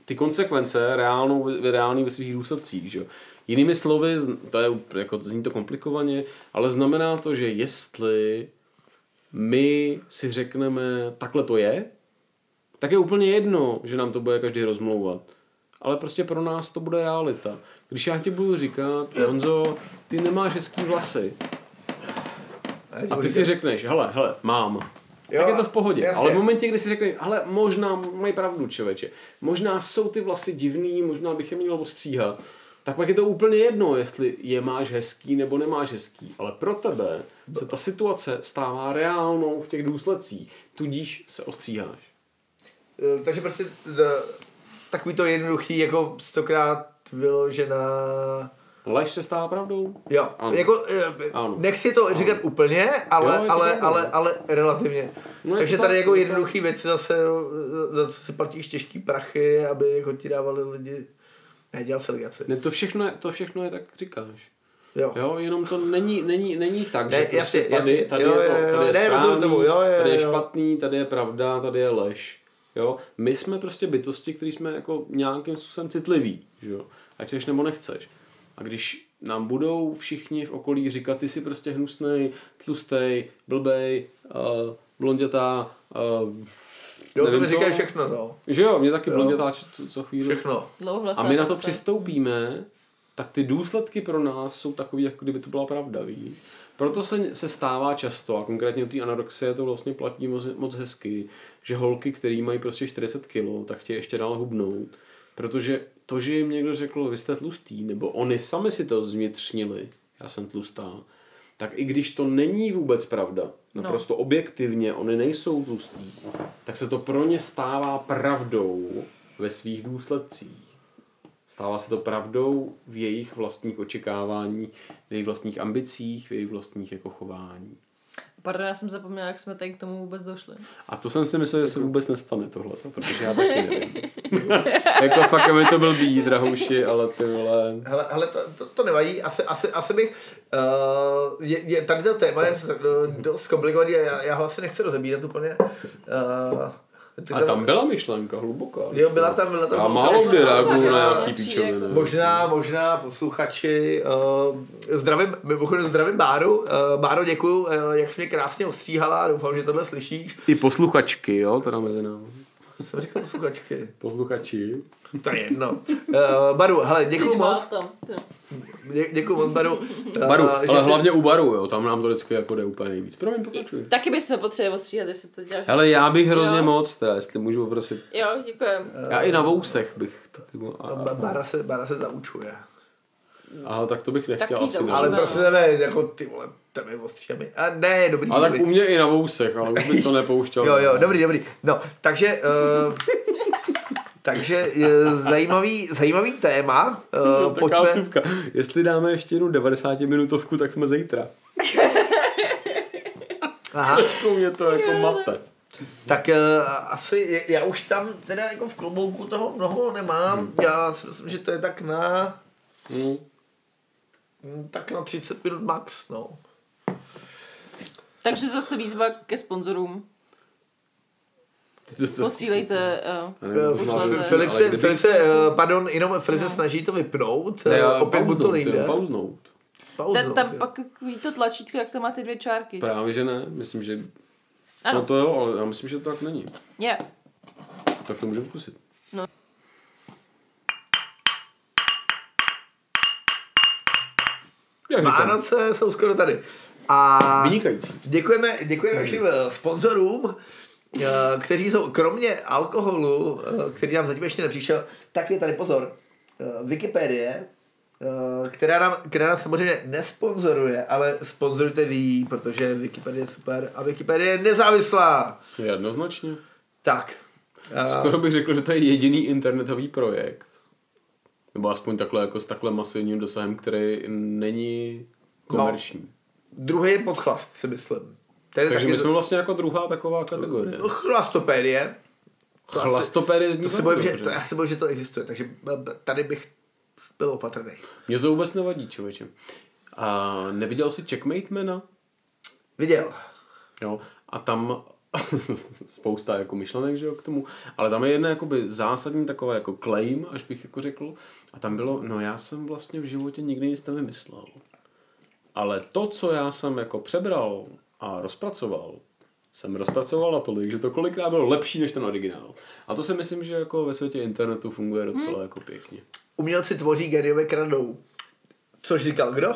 ty konsekvence reálnou, reálný ve svých důsledcích. Že? jo. Jinými slovy, zn- to je up- jako, zní to komplikovaně, ale znamená to, že jestli my si řekneme, takhle to je, tak je úplně jedno, že nám to bude každý rozmlouvat. Ale prostě pro nás to bude realita. Když já ti budu říkat, Honzo, ty nemáš hezký vlasy, a ty si řekneš, hele, hele, mám. Jo, Jo, tak je to a- v pohodě. jasně. Jasně. Ale v momentě, kdy si řekneš, hele, možná mají pravdu, člověče. Možná jsou ty vlasy divný, možná bych je měl ostříhat. Tak pak je to úplně jedno, jestli je máš hezký nebo nemáš hezký. Ale pro tebe se ta situace stává reálnou v těch důsledcích. Tudíž se ostříháš. Eh, takže prostě eh, takový to jednoduchý, jako stokrát vyložená Lež se stává pravdou. Jo, Ano. jako eh, Ano. nechci to Ano. říkat úplně, ale, Jo, je to ale, pravda. ale, ale relativně. No, je Takže to tady tak, jako je to jednoduchý věci zase, eh, za co si platíš těžký prachy, aby jako ti dávali lidi, ne, dělal se legaci. Ne, to všechno, je, to všechno je tak, jak říkáš. Jo. Jo, jenom to není, není, není tak, Ne, že prostě jasně, tady, jasně. tady, Jo, je, to, jo, jo, tady je ne, rozumím správný, tomu, jo, jo, tady je jo. špatný, tady je pravda, tady je lež. Jo? My jsme prostě bytosti, který jsme jako nějakým způsobem citliví. Že jo? Ať chceš nebo nechceš. A když nám budou všichni v okolí říkat, ty jsi prostě hnusnej, tlustej, blbej, uh, blondětá, uh, Jo, to mi říkají všechno, no. Že jo, mě taky blondětá č- co, co chvíli. Všechno. A Dlouhlasá my na to teta. přistoupíme, tak ty důsledky pro nás jsou takový, jako kdyby to byla pravda, víš. Proto se, se stává často, a konkrétně u té anorexie to vlastně platí moc, moc hezky, že holky, které mají prostě 40 kg, tak tě ještě dál hubnout. Protože to, že jim někdo řekl, vy jste tlustý, nebo oni sami si to zvnitřnili, já jsem tlustá, tak i když to není vůbec pravda, naprosto no. objektivně, oni nejsou tlustí, tak se to pro ně stává pravdou ve svých důsledcích. Stává se to pravdou v jejich vlastních očekávání, v jejich vlastních ambicích, v jejich vlastních jako chování. Pardon, já jsem zapomněla, jak jsme tady k tomu vůbec došli. A to jsem si myslel, že Jako- se vůbec nestane tohle, protože já taky nevím. jako fakt, aby to byl být, drahouši, ale ty vole... Hele, hele to, to, to nevadí, asi, asi, asi bych, uh, je, je, tady to téma je s- eh, dost komplikovaný, a já, já ho asi nechci rozebírat úplně. Uh, A tam byla myšlenka hluboká. Jo, byla tam- byla tam Já hluboká málo kdy myšlenka. reaguju na Možná- nějaký píčoviny. Možná, možná posluchači, eh, zdravím, mimochodem zdravím Báru. Eh, Báro, děkuju, eh, jak jsi mě krásně ostříhala, doufám, že tohle slyšíš. I posluchačky, jo, teda mezi námi. Jsem říkal posluchačky. Posluchači. To je jedno. Eh, Baru, hele, děkuju Teď moc. moc. tam. ty. Dě, děkuju moc, Baru. Eh, Baru, že ale jsi- hlavně u baru, jo, tam nám to vždycky jako jde úplně nejvíc. Promiň, pokračuj. I- Taky bychom potřebovali ostříhat, jestli to děláš. Hele, já bych hrozně Jo. moc, teda, jestli můžu poprosit. Jo, děkujem. Já i na vousech bych taky... A, Ba- Bára se, Bára se zaučuje. Aha, tak to bych nechtěl Taky asi. to ne. už Ale Rozumím. prostě ne, jako ty vole, tebe ostříhami. A ne, dobrý. Ale tak dobrý. u mě i na vousech, ale už bych to nepouštěl. Jo, jo, dobrý, dobrý. No, takže... Uh, takže eh, zajímavý, zajímavý téma. Uh, No, Taková vsuvka. Jestli dáme ještě jednu 90 minutovku, tak jsme zítra. Aha. Trošku mě to jako mate. Tak eh, asi, je- já už tam teda jako v klobouku toho mnoho nemám, já si myslím, že to je tak na, Hm. mm, tak na 30 minut max, no. Takže zase výzva ke sponzorům. Ty Posílejte. eh, jo. Eh, Já nevím, Už to znamená, leze. že- Filip ale se, kdyby- Filip se, eh, pardon, jenom Filip se snaží to vypnout, Ne, eh, ale opět mu to pauznout, nejde. jenom Pauznout. Ten, Pauznout, tam jo. pak ví to tlačítko, jak to má ty dvě čárky. Právě, že ne. Myslím, že... Ano, No to jo, ale já myslím, že to tak není. je. Tak to můžeme zkusit. Jak říkám, Vánoce jsou skoro tady. A Vynikající. děkujeme, děkujeme našim eh, sponzorům, eh, kteří jsou kromě alkoholu, eh, který nám zatím ještě nepřišel, tak je tady pozor, eh, Wikipedie, eh, která, nám, která nás samozřejmě nesponzoruje, ale sponzorujte vy, ji, protože Wikipedie je super a Wikipedie je nezávislá. Jednoznačně. Tak. eh, Skoro bych řekl, že to je jediný internetový projekt. Nebo aspoň takhle jako s takhle masivním dosahem, který není komerční. Druhý je podchlast, si myslím. Ten No. je Takže taky my jsme vlastně jako druhá taková kategorie. Chlastopedie. To asi- Chlastopéry zní To se velmi bojím, že, dobře. to, já se bojím, že to existuje, takže b- b- tady bych byl opatrný. Mně to vůbec nevadí, člověče. A neviděl jsi Checkmate Mana? Viděl. Jo, a tam spousta jako myšlenek, že jo, k tomu, ale tam je jedna jakoby zásadní taková jako claim, až bych jako řekl, a tam bylo, no já jsem vlastně v životě nikdy nic nevymyslel. Ale to, co já jsem jako přebral a rozpracoval, jsem rozpracoval natolik, že to kolikrát bylo lepší než ten originál. A to si myslím, že jako ve světě internetu funguje docela jako pěkně. Umělci tvoří geniové kradou. Což říkal kdo?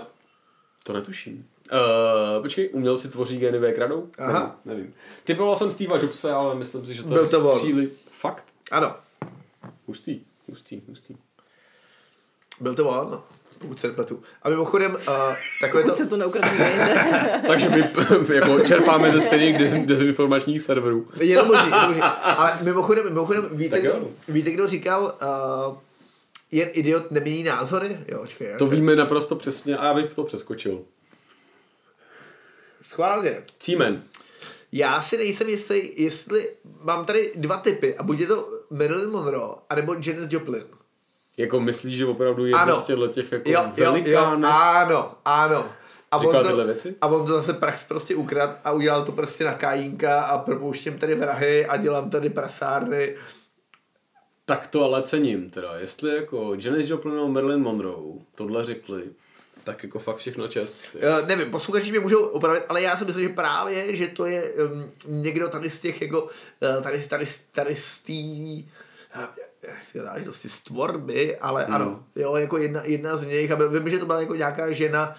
To netuším. Uh, počkej, umělci tvoří gény V kradou? Aha. Nevím, nevím. Typoval jsem Steve Jobse, ale myslím si, že to Byl je to on. příli... Fakt? Ano, Hustý, hustý, hustý. byl to on, pokud se nepletu. A mimochodem, uh, takové to... Pokud se to neukradne jinde. Takže my jako čerpáme ze stejných des- dezinformačních serverů. Jenom možný, jenom možný. Ale mimochodem, mimochodem víte, Tak jo. kdo, víte, kdo říkal, uh, jen idiot nemění názory? Jo, čekaj, To víme naprosto přesně a já bych to přeskočil. Schválně. Címen. Já si nejsem jistý, jestli... Mám tady dva typy a buď je to Marilyn Monroe, anebo Janis Joplin. Jako myslíš, že opravdu je Ano. ano. z těchto těch jako jo, velikánů? ano, ano. A Říkal on, to, tyhle věci? a on to zase prax prostě ukrad a udělal to prostě na kajínka a propouštím tady vrahy a dělám tady prasárny. Tak to ale cením teda. Jestli jako Janis Joplin a Marilyn Monroe tohle řekli, tak jako fakt všechno čest. ty. Uh, nevím, posluchači mě můžou opravit, ale já si myslím, že právě, že to je um, někdo tady z těch jako, uh, tady, tady, tady z eh, té záležitosti z tvorby, ale Hmm. mm. ano, jo, jako jedna, jedna z nich, a vím, že to byla jako nějaká žena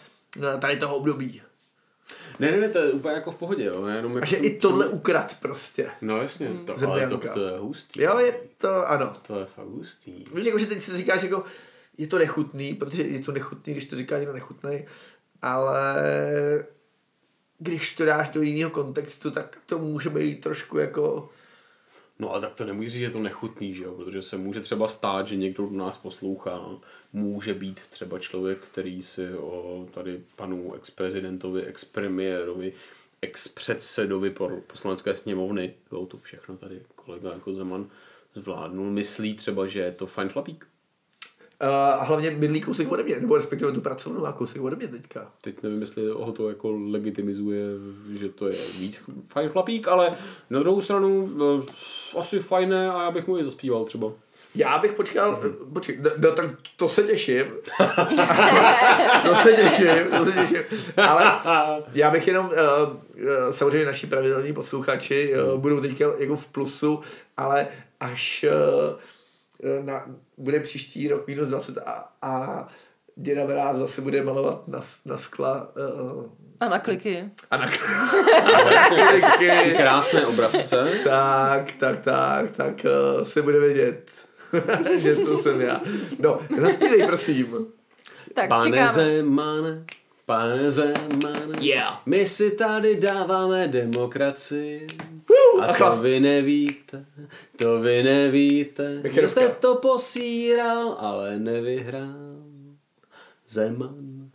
eh, tady toho období. Ne, ne, ne, to je úplně jako v pohodě, jo. Já Jenom jako A že jsem- i tohle ukrad prostě. No jasně, to, ale to, Zemňanka. to je hustý. Jo, je to, ano. To je fakt hustý. Víš, jako, že teď si říkáš, jako, je to nechutný, protože je to nechutný, když to říká někdo nechutný, ale když to dáš do jiného kontextu, tak to může být trošku jako... No a tak to nemůžu říct, že je to nechutný, že jo? Protože se může třeba stát, že někdo do nás poslouchá. Může být třeba člověk, který si o tady panu ex-prezidentovi, ex-premiérovi, ex-předsedovi por- poslanecké sněmovny, jo, to všechno tady kolega jako Zeman zvládnul, myslí třeba, že je to fajn chlapík. Uh, a hlavně bydlí kousek ode mě, nebo respektive tu pracovnu a kousek ode mě teďka. Teď nevím, jestli ho to jako legitimizuje, že to je víc fajn chlapík, ale na druhou stranu eh, asi fajné a já bych mu i zaspíval třeba. Já bych počkal, eh, počkej, no, no tak to se těším. to se těším, to se těším. Ale já bych jenom, eh, eh, samozřejmě naši pravidelní posluchači eh, budou teďka jako v plusu, ale až eh, eh, na, bude příští rok minus 20 a, a děda Mráz zase bude malovat na, s- na skla eh, A na kliky. a na Ty krásné obrazce. Tak, tak, tak, tak eh, se bude vědět, že to jsem já. No, zaspívej, prosím. Tak Pane čekáme. Zemane, pane Zemane, Yeah. my si tady dáváme demokracii. a A to chlast. vy nevíte, to vy nevíte. Vy Rychyrovka. jste to posíral, ale nevyhrál. Zeman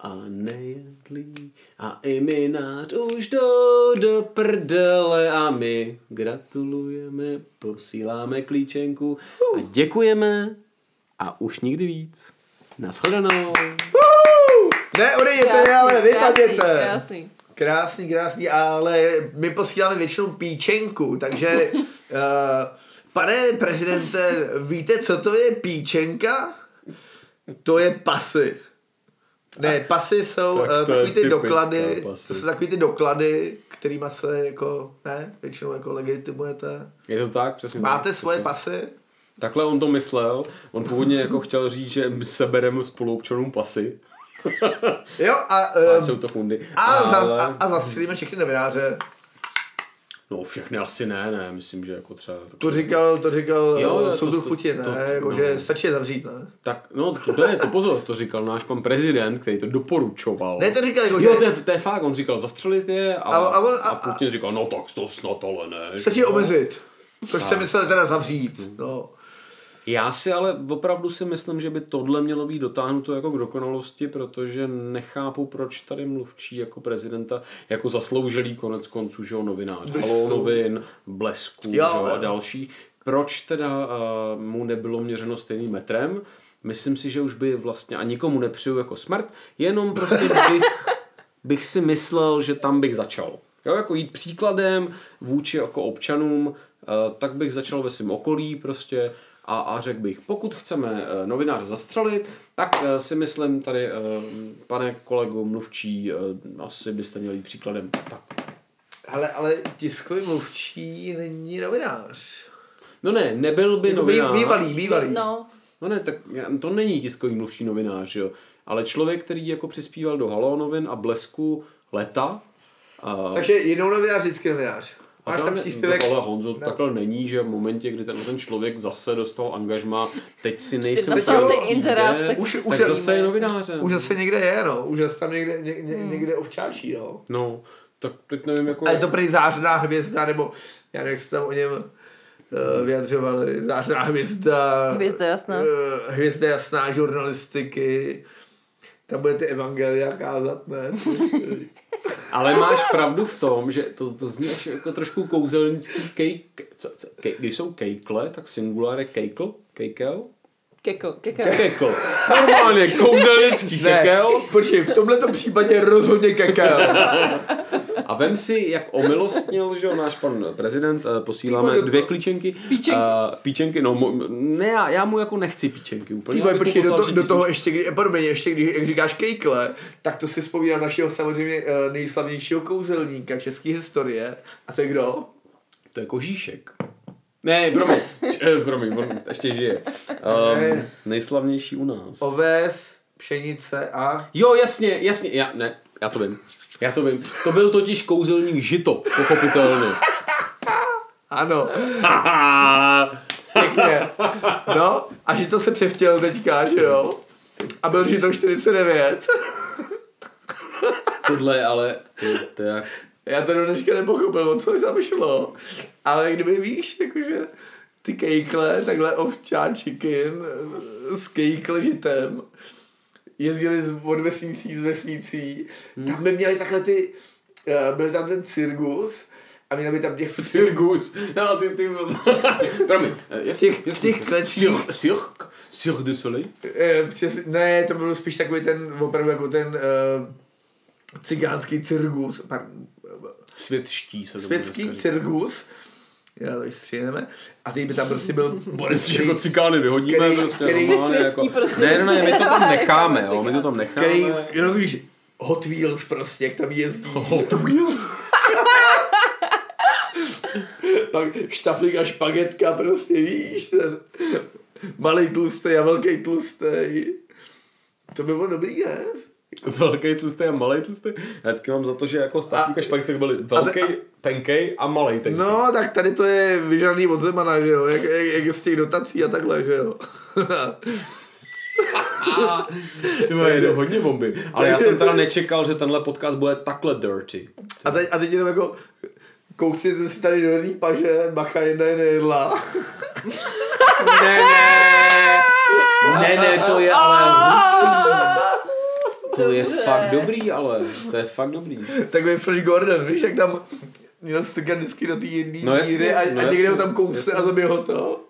a nejedlý a iminář už do, do prdele a my gratulujeme, posíláme klíčenku a děkujeme a už nikdy víc. Nashledanou. Ne, odejděte, ale Krásný, vypadněte. Krásný. Krásný, krásný, ale my posíláme většinou píčenku, takže uh, pane prezidente, víte, co to je píčenka? To je pasy. Ne, pasy jsou Tak uh, to je takový ty typická doklady, pasy. to jsou takový ty doklady, kterýma se jako, ne, většinou jako legitimujete. Je to tak, přesně. tak, Máte svoje No, přesně. pasy? Takhle on to myslel. On původně jako chtěl říct, že my sebereme spoluobčanům pasy. Jo, a, Ale um, jsou to fundy. a, Ale- za, a, a zastřelíme všechny novináře. No všechny asi ne, ne, myslím, že jako třeba... To říkal, to říkal Jo, jo, jo, soudruh to- to- Putin, to- ne? Jako, no. že stačí je zavřít, ne? Tak, no to, to je to pozor, to říkal náš pan prezident, který to doporučoval. Ne, to říkal jako, jo, že- to je, to je fakt, on říkal zastřelit je a, A- a, a on- a, a- a Putin říkal, no tak to snad ale ne. Stačí je omezit. Což jsem myslel teda zavřít. No. Já si ale opravdu si myslím, že by tohle mělo být dotáhnuto jako k dokonalosti, protože nechápu, proč tady mluvčí jako prezidenta, jako zasloužilý konec konců, že jo, novinář, Vy Halo jsou- novin, Blesku, Jo, že jo, a jo. dalších, proč teda uh, mu nebylo měřeno stejným metrem, myslím si, že už by vlastně, a nikomu nepřiju jako smrt, jenom prostě bych, bych si myslel, že tam bych začal. Jo, jako jít příkladem vůči jako občanům, eh, tak bych začal ve svém okolí prostě a, a řekl bych, pokud chceme eh, novináře zastřelit, tak eh, si myslím tady, eh, pane kolego mluvčí, eh, asi byste měli jít příkladem. Tak. Hele, ale tiskový mluvčí není novinář. No ne, nebyl by Jako bý, novinář. bývalý, bývalý. No, No ne, tak to není tiskový mluvčí novinář, jo. Ale člověk, který jako přispíval do Halo novin a Blesku leta. A, Takže jednou novinář, vždycky novinář. a Máš tam ne- příspěvek. Ale Honzo, Ne. takhle není, že v momentě, kdy tenhle ten člověk zase dostal angažma, teď si nejsem napsal jistý, si kde, inzerát, tak už, si už zkusíme. zase je novinářem. Už zase někde je, no. Už zase tam někde, ně, ně, někde ovčáčí, no. No, tak teď nevím, jako... A je to prý zářná hvězda, nebo já nevím, jak se tam o něm eh, vyjadřovali. Zářná hvězda. Hvězda jasná. eh, hvězda jasná žurnalistiky. Tam bude ty evangelia kázat, ne? Ale máš pravdu v tom, že to, to zní až jako trošku kouzelnický kejk... Co, co, kej, když jsou kejkle, tak singulár je kejkl? Kejkel? keko, keko. Kekl. Normálně, kouzelnický kekel. No, Počkej, v tomhle případě rozhodně kakel. A vem si, jak omilostnil, že jo, náš pan prezident, eh, posíláme Ty vole, dvě to- klíčenky. Píčenky. Eh, píčenky, no, mo- ne, já, já mu jako nechci píčenky úplně. Ty vole, já bych mu počkej, do, poslal to, tři do toho písničky. ještě, kdy, pardon, ještě když, jak říkáš kejkle, tak to si vzpomínám našeho samozřejmě eh, nejslavnějšího kouzelníka české historie. A to je kdo? To je kožíšek. Ne, promiň, eh, promiň, on ještě žije. Um, Ne. nejslavnější u nás. Oves, pšenice a... Jo, jasně, jasně, já, ne, já to vím. Já to vím. To byl totiž kouzelník žito, pochopitelně. Ano, pěkně. No, a že to se převtěl teďka, že jo? A byl že to 49. Tohle je ale, to, to je jak, Já to do dneška nepochopil, o co tam šlo. Ale kdyby víš, jakože ty kejkle, takhle ovčáčikin s kejkležitem, jezdili z- od vesnicí z vesnicí, tam by měli takhle ty, eh, byl tam ten cirkus a měli by tam těch Cirkus. No, ty, ty... Promiň. eh, jasně, těch- jasně. těch klecích. Cirque, cirque, cirque du soleil. Eh, přes, ne, to byl spíš takový ten, opravdu jako ten uh, cigánský cirkus, pardon, Světští se to bude světský říkat. cirkus, já to vystřihneme, a teď by tam prostě byl Boris Jako Šejk, cikány vyhodíme Který- prostě. který- normálně Světský jako... prostě Ne, ne, ne, my to tam necháme necháme, jo, my cikány. to tam necháme. který, rozumíš, Hot Wheels prostě, jak tam jezdí, Hot Wheels. pak štaflík a špagetka prostě, víš, ten malý tlustej a velký tlustej. To by bylo dobrý, ne? Velký tlustý a malý tlustý. Já vždycky mám za to, že jako státník a špagetek byli velký, a- tenkej a malý tenkej. No, tak tady to je vyžadný od Zemana, že jo, jak, jak, jak z těch dotací a takhle, že jo. Ty vole, jedou hodně bomby. Ale já takže- jsem teda nečekal, že tenhle podcast bude takhle dirty. A teď, a teď jenom jako koukněte si tady do jedný paže, bacha jedna je nejedla. Ne, ne. Ne, ne, to je ale hustý. To je Dobře. fakt dobrý, ale to je fakt dobrý. tak byl Flash Gordon, víš, jak tam měl strkat vždycky do té jedné No jasně, díry a, no a někde jasně, ho tam kousne jasně. a zabije ho to.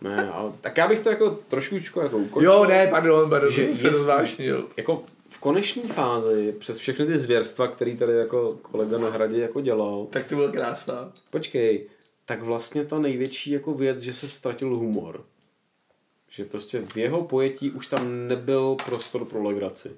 Ne, ale tak já bych to jako trošičku jako ukončil. Jo, ne, pardon, pardon, Že že jsem se jestli- rozvášnil. Jako v koneční fázi přes všechny ty zvěrstva, který tady jako kolega na hradě jako dělal, Tak to bylo krásná. počkej, tak vlastně ta největší jako věc, že se ztratil humor. Že prostě v jeho pojetí už tam nebyl prostor pro legraci.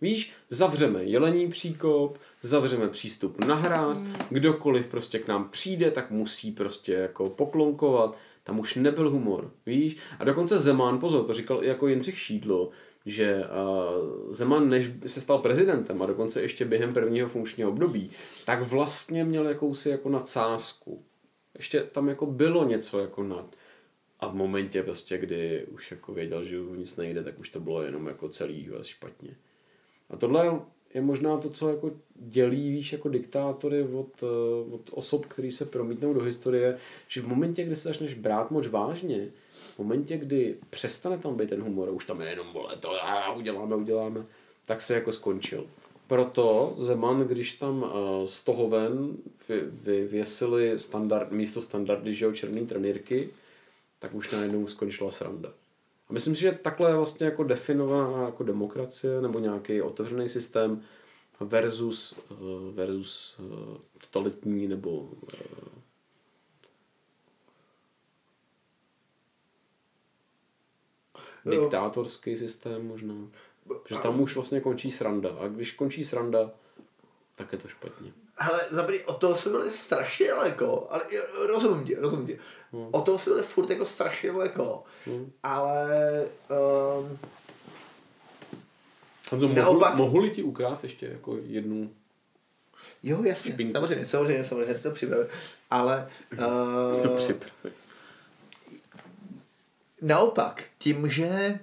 Víš, zavřeme jelení příkop, zavřeme přístup na hrad, kdokoliv prostě k nám přijde, tak musí prostě jako poklonkovat. Tam už nebyl humor, víš? A dokonce Zeman, pozor, to říkal i jako Jindřich Šídlo, že uh, Zeman, než se stal prezidentem a dokonce ještě během prvního funkčního období, tak vlastně měl jakousi jako nadsázku. Ještě tam jako bylo něco jako nad. A v momentě prostě, kdy už jako věděl, že už nic nejde, tak už to bylo jenom jako celý vás špatně. A tohle je možná to, co jako dělí, víš, jako diktátory od, eh, od osob, které se promítnou do historie, že v momentě, kdy se začneš brát moc vážně, v momentě, kdy přestane tam být ten humor, už tam je jenom vole, to a, uděláme, uděláme, tak se jako skončil. Proto Zeman, když tam eh, z toho ven vy, vyvěsili standard, místo standardy, že jo, černý trenýrky, tak už najednou skončila sranda. A myslím si, že takhle je vlastně jako definovaná jako demokracie nebo nějaký otevřený systém versus, eh, versus eh, totalitní nebo eh, diktátorský systém možná. Že tam už vlastně končí sranda. A když končí sranda, tak je to špatně. Hele, zaprý, od toho jsme byli strašně daleko, ale jo, rozumím ti, rozumím ti. Hmm. Od toho jsme byli furt jako strašně daleko, ale um, Honzo, mohu, Naopak- mohu-li ti ukrást ještě jako jednu jo, jasně, Špinku. samozřejmě, samozřejmě, samozřejmě, to připravím, ale uh, připravit? ehm, naopak, tím, že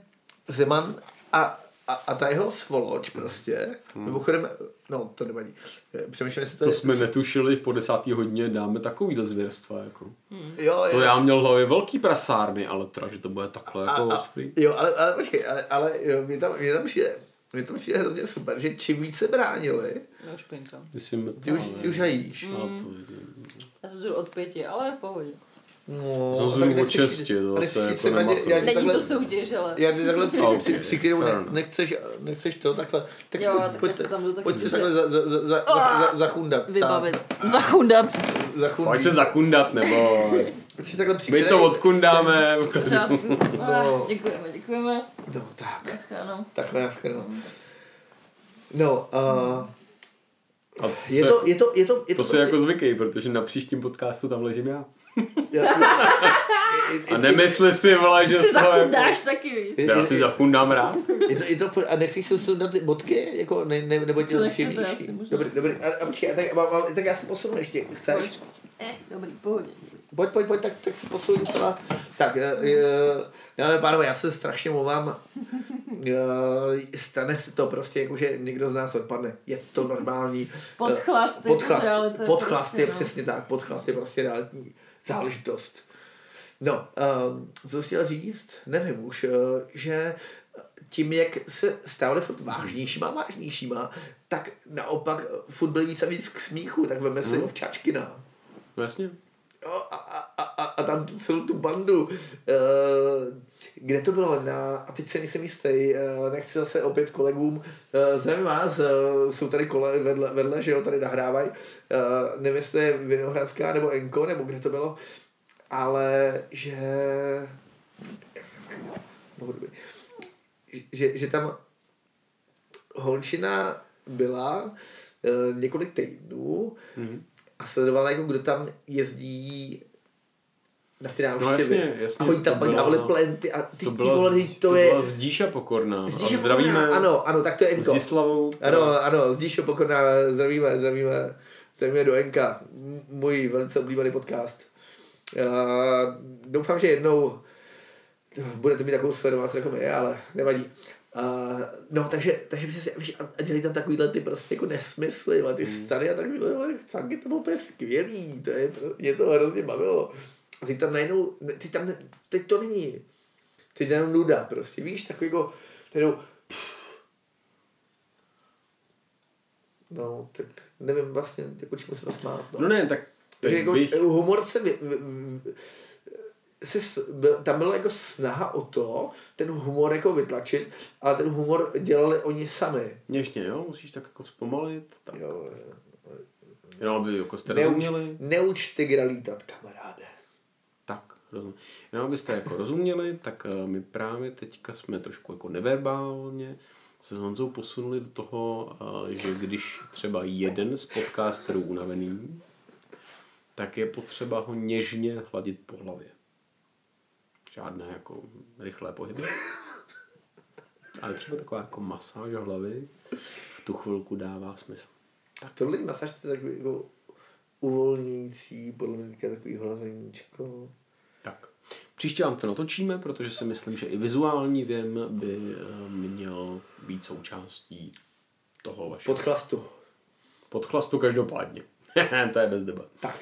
Zeman a, a, a ta jeho svoloč prostě, hmm. mimochodem, no to nevadí, Eh, přemýšlím, jestli to, To je- jsme netušili, po desátý hodině dáme takovýhle zvěrstva. Jako. jo, To jo. já měl v hlavě velký prasárny, ale teda, že to bude takhle a, jako a, ostrý. jo, ale, ale počkej, ale, ale jo, mě tam, mě tam přijde, mě tam přijde hrozně super, že čím více bránili, No, špinka. Myslím, ty už, ty už hajíš. Mm. A to je- Já jsem zůru od pěti, ale v pohodě. No, Zazujím tak o nechceš- česti, to tak zase nechceš jako se na ně- nemá já cenu. ti Není takhle- to soutěž, ale... Já ti takhle při, Ok, při, přikryju, fair nech, enough. nechceš, nechceš to takhle. Tak Jo, si, tak já pojď, se tam jdu taky pojď si dobře. takhle za, za, za, za, za, zachundat. Vybavit. Zachundat. Ta, zachundat. Pojď se zakundat, nebo Pojď si takhle my přikryj. to odkundáme. Pořádku. No. Ah, Děkujeme, děkujeme. No, tak. Naschledanou. Takhle já Mm. schrnu. No, uh, A je, to, je, to, je to, je to, Hmm. prostě- to se jako zvykej, protože na příštím podcastu tam ležím já. je, je, A nemysli si, vole, že Ty si se zachundáš taky, víš. je, Já je, si zachundám rád. je, to, je to, furt- a nechci si sundat ty bodky, jako, ne, ne, nebo ti To to nechcete, příjemnější. asi možná. Dobrý, dobrý, a, a počkej, a tak, mám, mám, tak já si posunu ještě, chceš? Pojď. Eh, dobrý, pohodě. Pojď, pojď, pojď, tak, tak si posuň třeba. Tak, uh, dámy a pánové, já se strašně mluvám. Uh, stane se to prostě, jako, že někdo z nás odpadne. Je to normální. Podchlast Eh, je podchlast, realita, podchlast prostě, je no. přesně tak. Podchlast je prostě realitní záležitost. No, uh, co jsi chtěl říct? Nevím už, uh, že tím, jak se stále furt vážnějšíma a vážnějšíma, tak naopak eh, furt byl víc a víc k smíchu, tak veme si ovčáčkina. No jasně. Jo, a, a, a, a tam tu celou tu bandu. eh, kde to bylo? Na, a teď se nejsem jistý. eh, nechci zase opět kolegům. eh, zdravím vás, eh, jsou tady kole vedle, vedle že jo, tady nahrávají. eh, nevím, jestli to je Vinohradská nebo Enko, nebo kde to bylo. Ale že... No, dobrý. Že, že tam Hončina byla eh, několik týdnů Mhm. mm-hmm. a sledovala, jako kdo tam jezdí na ty návštěvy. No, jasně, jasně, a oni tam to pak byla- dávali plenty a ty, To ty vole, byla, teď to, to je... byla Zdíša Pokorná. Zdíš A zdravíme Ano, ano, tak to je s Enko. Dislavou. Ano, ano, Zdíšo Pokorná, zdravíme, zdravíme, zdravíme do Enka, M- můj velice oblíbený podcast. Uh, doufám, že jednou budete mít takovou sledovanost jako my, ale nevadí. Uh, no, takže, takže přesně, víš, a, a dělají tam takovýhle ty prostě jako nesmysly, a ty mm. stany a takovýhle, ale canky to bylo úplně skvělý, to je, pro- mě to hrozně bavilo. A teď tam najednou, ne- teď tam, ne- teď to není, teď jenom nuda prostě, víš, takový jako, najednou, No, tak nevím vlastně, jako čemu se to smát. No. No ne, tak Takže teď jako bych... humor se vy, vy, vy, si, s- byl, tam byla jako snaha o to, ten humor jako vytlačit, ale ten humor dělali oni sami. Měšně, jo? Musíš tak jako zpomalit. Tak. Jo. Jenom aby jako jste Neuč, rozuměli. neuč tygra lítat, kamaráde. Tak, rozum. Jenom abyste jako rozuměli, tak eh, my právě teďka jsme trošku jako neverbálně se s Honzou posunuli do toho, eh, že když třeba jeden z podcasterů unavený, tak je potřeba ho něžně hladit po hlavě. Žádné jako rychlé pohyby. Ale třeba taková jako masáž hlavy v tu chvilku dává smysl. Tak tohle masáž to je takový jako uvolňující, podle mě teďka takový hlazeníčko. Tak. Příště vám to natočíme, protože si myslím, že i vizuální věm by eh, měl být součástí toho vašeho Pod chlastu. podchlastu každopádně. to je bez debat. Tak,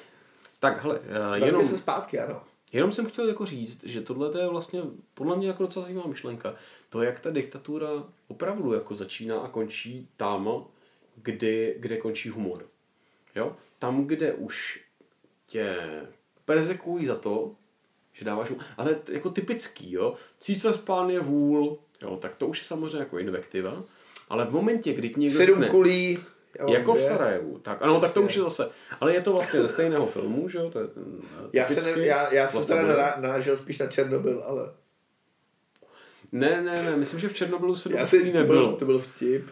Tak, hele, eh, jenom... jenom, se zpátky, ano. jenom jsem chtěl jako říct, že tohle je vlastně podle mě jako docela zajímavá myšlenka. To, jak ta diktatura opravdu jako začíná a končí tam, kdy, kde končí humor. Jo? Tam, kde už tě persekují za to, že dáváš mu, ale t- jako typický, jo, císař pán je vůl, jo, tak to už je samozřejmě jako invektiva, ale v momentě, kdy ti někdo Sedm řekne, kulí. já mám jako v dvě. Sarajevu. Tak, ano, tak to už je zase. Ale je to vlastně ze stejného filmu, že jo? To je, mm, Já, se typicky ne, já, já jsem vlastně teda bude- nará- narážel spíš na Černobyl, ale Ne, ne, ne, myslím, že v Černobylu se já to si, si to byl, nebylo. to byl vtip.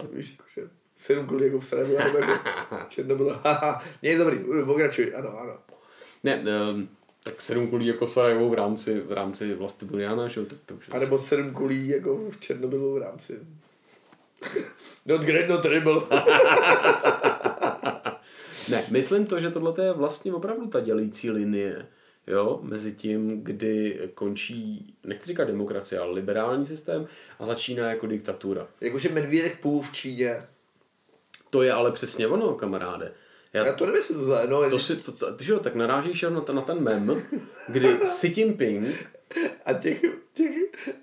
A Víš, jakože sedm kulí jako v Sarajevu, nebo jako Černobyl. Haha, je dobrý, pokračuj, ano, ano. Ne, ehm, tak sedm kulí jako v Sarajevu v rámci, v rámci vlasti Buriana, že jo? Tak to už je A nebo sedm kulí jako v Černobylu v rámci. Not great, not terrible. Ne, myslím to, že tohle je vlastně opravdu ta dělící linie, jo, mezi tím, kdy končí, nechci říkat demokracie, ale liberální systém a začíná jako diktatura. Jakože medvídek půl v Číně. To je ale přesně ono, kamaráde. Já to nemyslím zle, no. To si, to, to, ty, že jo, tak narážíš jenom na, ten- na ten mem, kdy Xi Jinping, A těch, těch,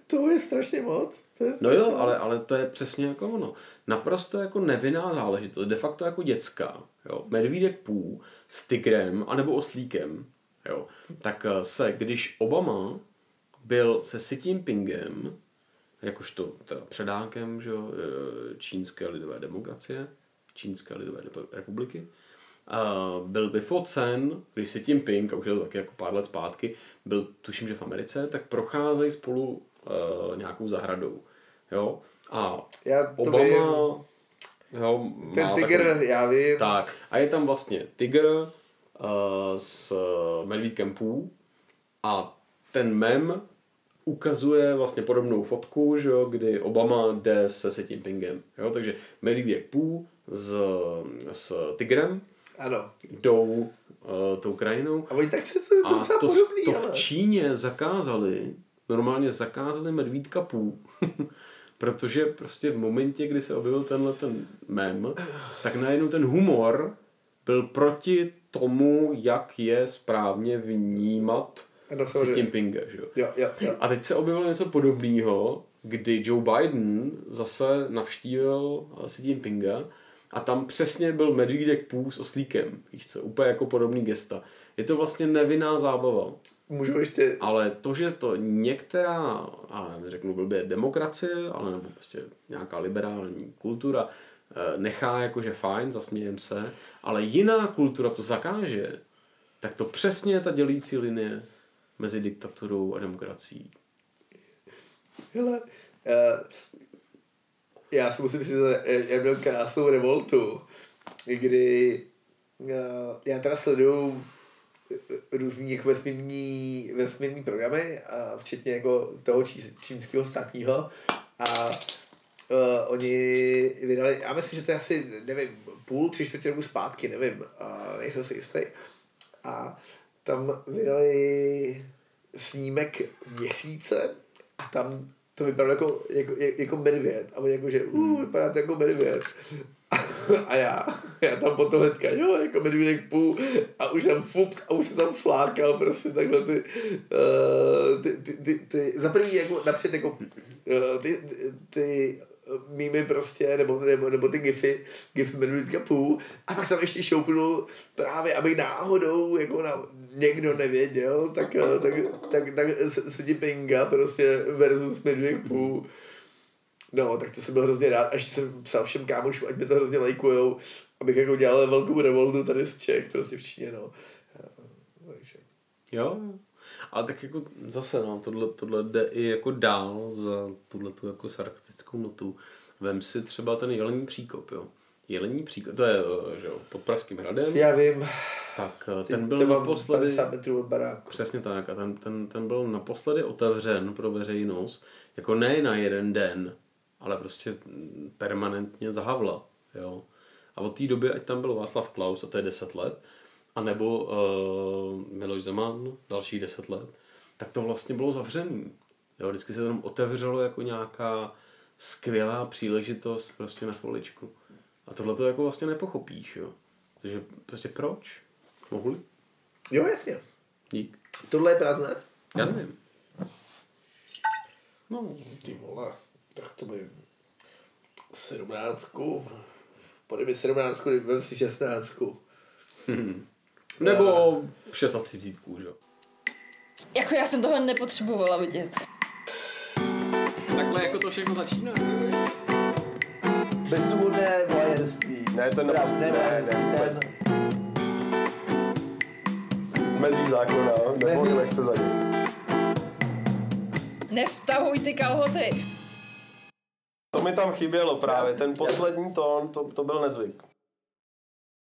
toho je strašně moc. To je no strašně jo, ale, ale to je přesně jako ono, naprosto jako nevinná záležitost, de facto jako dětská, jo, medvídek pů s tigrem anebo oslíkem, jo, tak eh, se, když Obama byl se Xi Jinpingem, jakožto teda předákem že jo, eh, čínské lidové demokracie, čínské lidové depo- republiky, a byl vyfocen, když si tím Ping, a už je to taky jako pár let zpátky, byl tuším, že v Americe, tak procházejí spolu uh, nějakou zahradou. Jo? A Já to Obama... vím. Jo, Ten má tygr, takový- já vím. no, tak, a je tam vlastně tygr uh, s medvídkem Pů a ten mem ukazuje vlastně podobnou fotku, že jo, kdy Obama jde se Xi Jinpingem. Jo? Takže medvídek Pů s, s tigrem Ano. jdou uh, tou krajinou. A oni tak se jsou A docela to, podobný, to ale... v Číně zakázali, normálně zakázali medvídka pů, protože prostě v momentě, kdy se objevil tenhle ten mem, tak najednou ten humor byl proti tomu, jak je správně vnímat Ano, si samozřejmě. tím pinga, že jo? Jo, jo, jo. A teď se objevilo něco podobného, kdy Joe Biden zase navštívil eh, Xi Jinpinga a tam přesně byl medvídek pů s oslíkem. Víš co, úplně jako podobný gesta. Je to vlastně nevinná zábava. Můžu ještě... Ale to, že to některá, a nevím, řeknu blbě, demokracie, ale nebo prostě nějaká liberální kultura, eh, nechá jakože fajn, zasmějem se, ale jiná kultura to zakáže, tak to přesně je ta dělící linie mezi diktaturou a demokracií. Hele, eh, já si musím přiznat, eh, já měl krásnou revoltu, kdy eh, já teda sleduju různý jako vesmírní, vesmírní programy, a včetně jako toho čí, čínského státního a Uh, oni vydali, já myslím, že to je asi, nevím, půl, tři čtvrtě roku zpátky, nevím, uh, nejsem si jistý. A tam vydali snímek měsíce a tam to vypadalo jako, jako, jako medvěd. A oni jako, že uh, vypadá to jako medvěd. A, a já, já tam potom hnedka, jo, jako medvědek půl a už tam fup, a už se tam flákal prostě takhle ty, eh, uh, eh, ty, ty, ty, ty za prvý jako napřed jako uh, ty, ty, ty mými prostě, nebo, nebo, nebo ty gify, gif Benedicta Pů. A pak jsem ještě šoupnul právě, aby náhodou, jako na, někdo nevěděl, tak, eh, tak, tak, tak, se, se ti pinga prostě versus Benedict Pů. No, tak to jsem byl hrozně rád. A ještě jsem psal všem kámošům, ať mi to hrozně lajkujou, abych jako dělal velkou revoltu tady z Čech, prostě v Číně, no. Eh, Takže. Jo, ale tak jako zase, no, tohle, tohle jde i jako dál za tuhle tu jako sarkastickou notu. Vem si třeba ten jelení příkop, jo. Jelení příkop, to je, eh, že jo, pod Pražským hradem, Já vím, tak eh, ten to byl mám naposledy, 50 metrů od baráku. přesně tak, a ten, ten, ten byl naposledy otevřen pro veřejnost, jako ne na jeden den, ale prostě mm, permanentně zahavla, jo. A od té doby, ať tam byl Václav Klaus, a to je 10 let, anebo uh, Miloš Zeman, další 10 let, tak to vlastně bylo zavřený. Jo, vždycky se to jenom otevřelo jako nějaká skvělá příležitost prostě na foličku. A tohle to jako vlastně nepochopíš, jo. Takže prostě proč? Mohli? Jo, jasně. Dík. Tohle je prázdné? Já nevím. No, Ty vole, tak to by sedmnáctku. Podej mi sedmnáctku, vem si šestnáctku. nebo 16 tisícků, že jo. Jako já jsem tohle nepotřebovala vidět. Takhle jako to všechno začíná. Bezdůvodné vlajenství. Ne, to je Teda naprosto- ne, vlajenství, ne, to je- vůbec. Mezí zákona, nebo Mezí- nechce za ně. Nestahuj ty kalhoty. To mi tam chybělo právě, ten poslední tón, to, to byl nezvyk.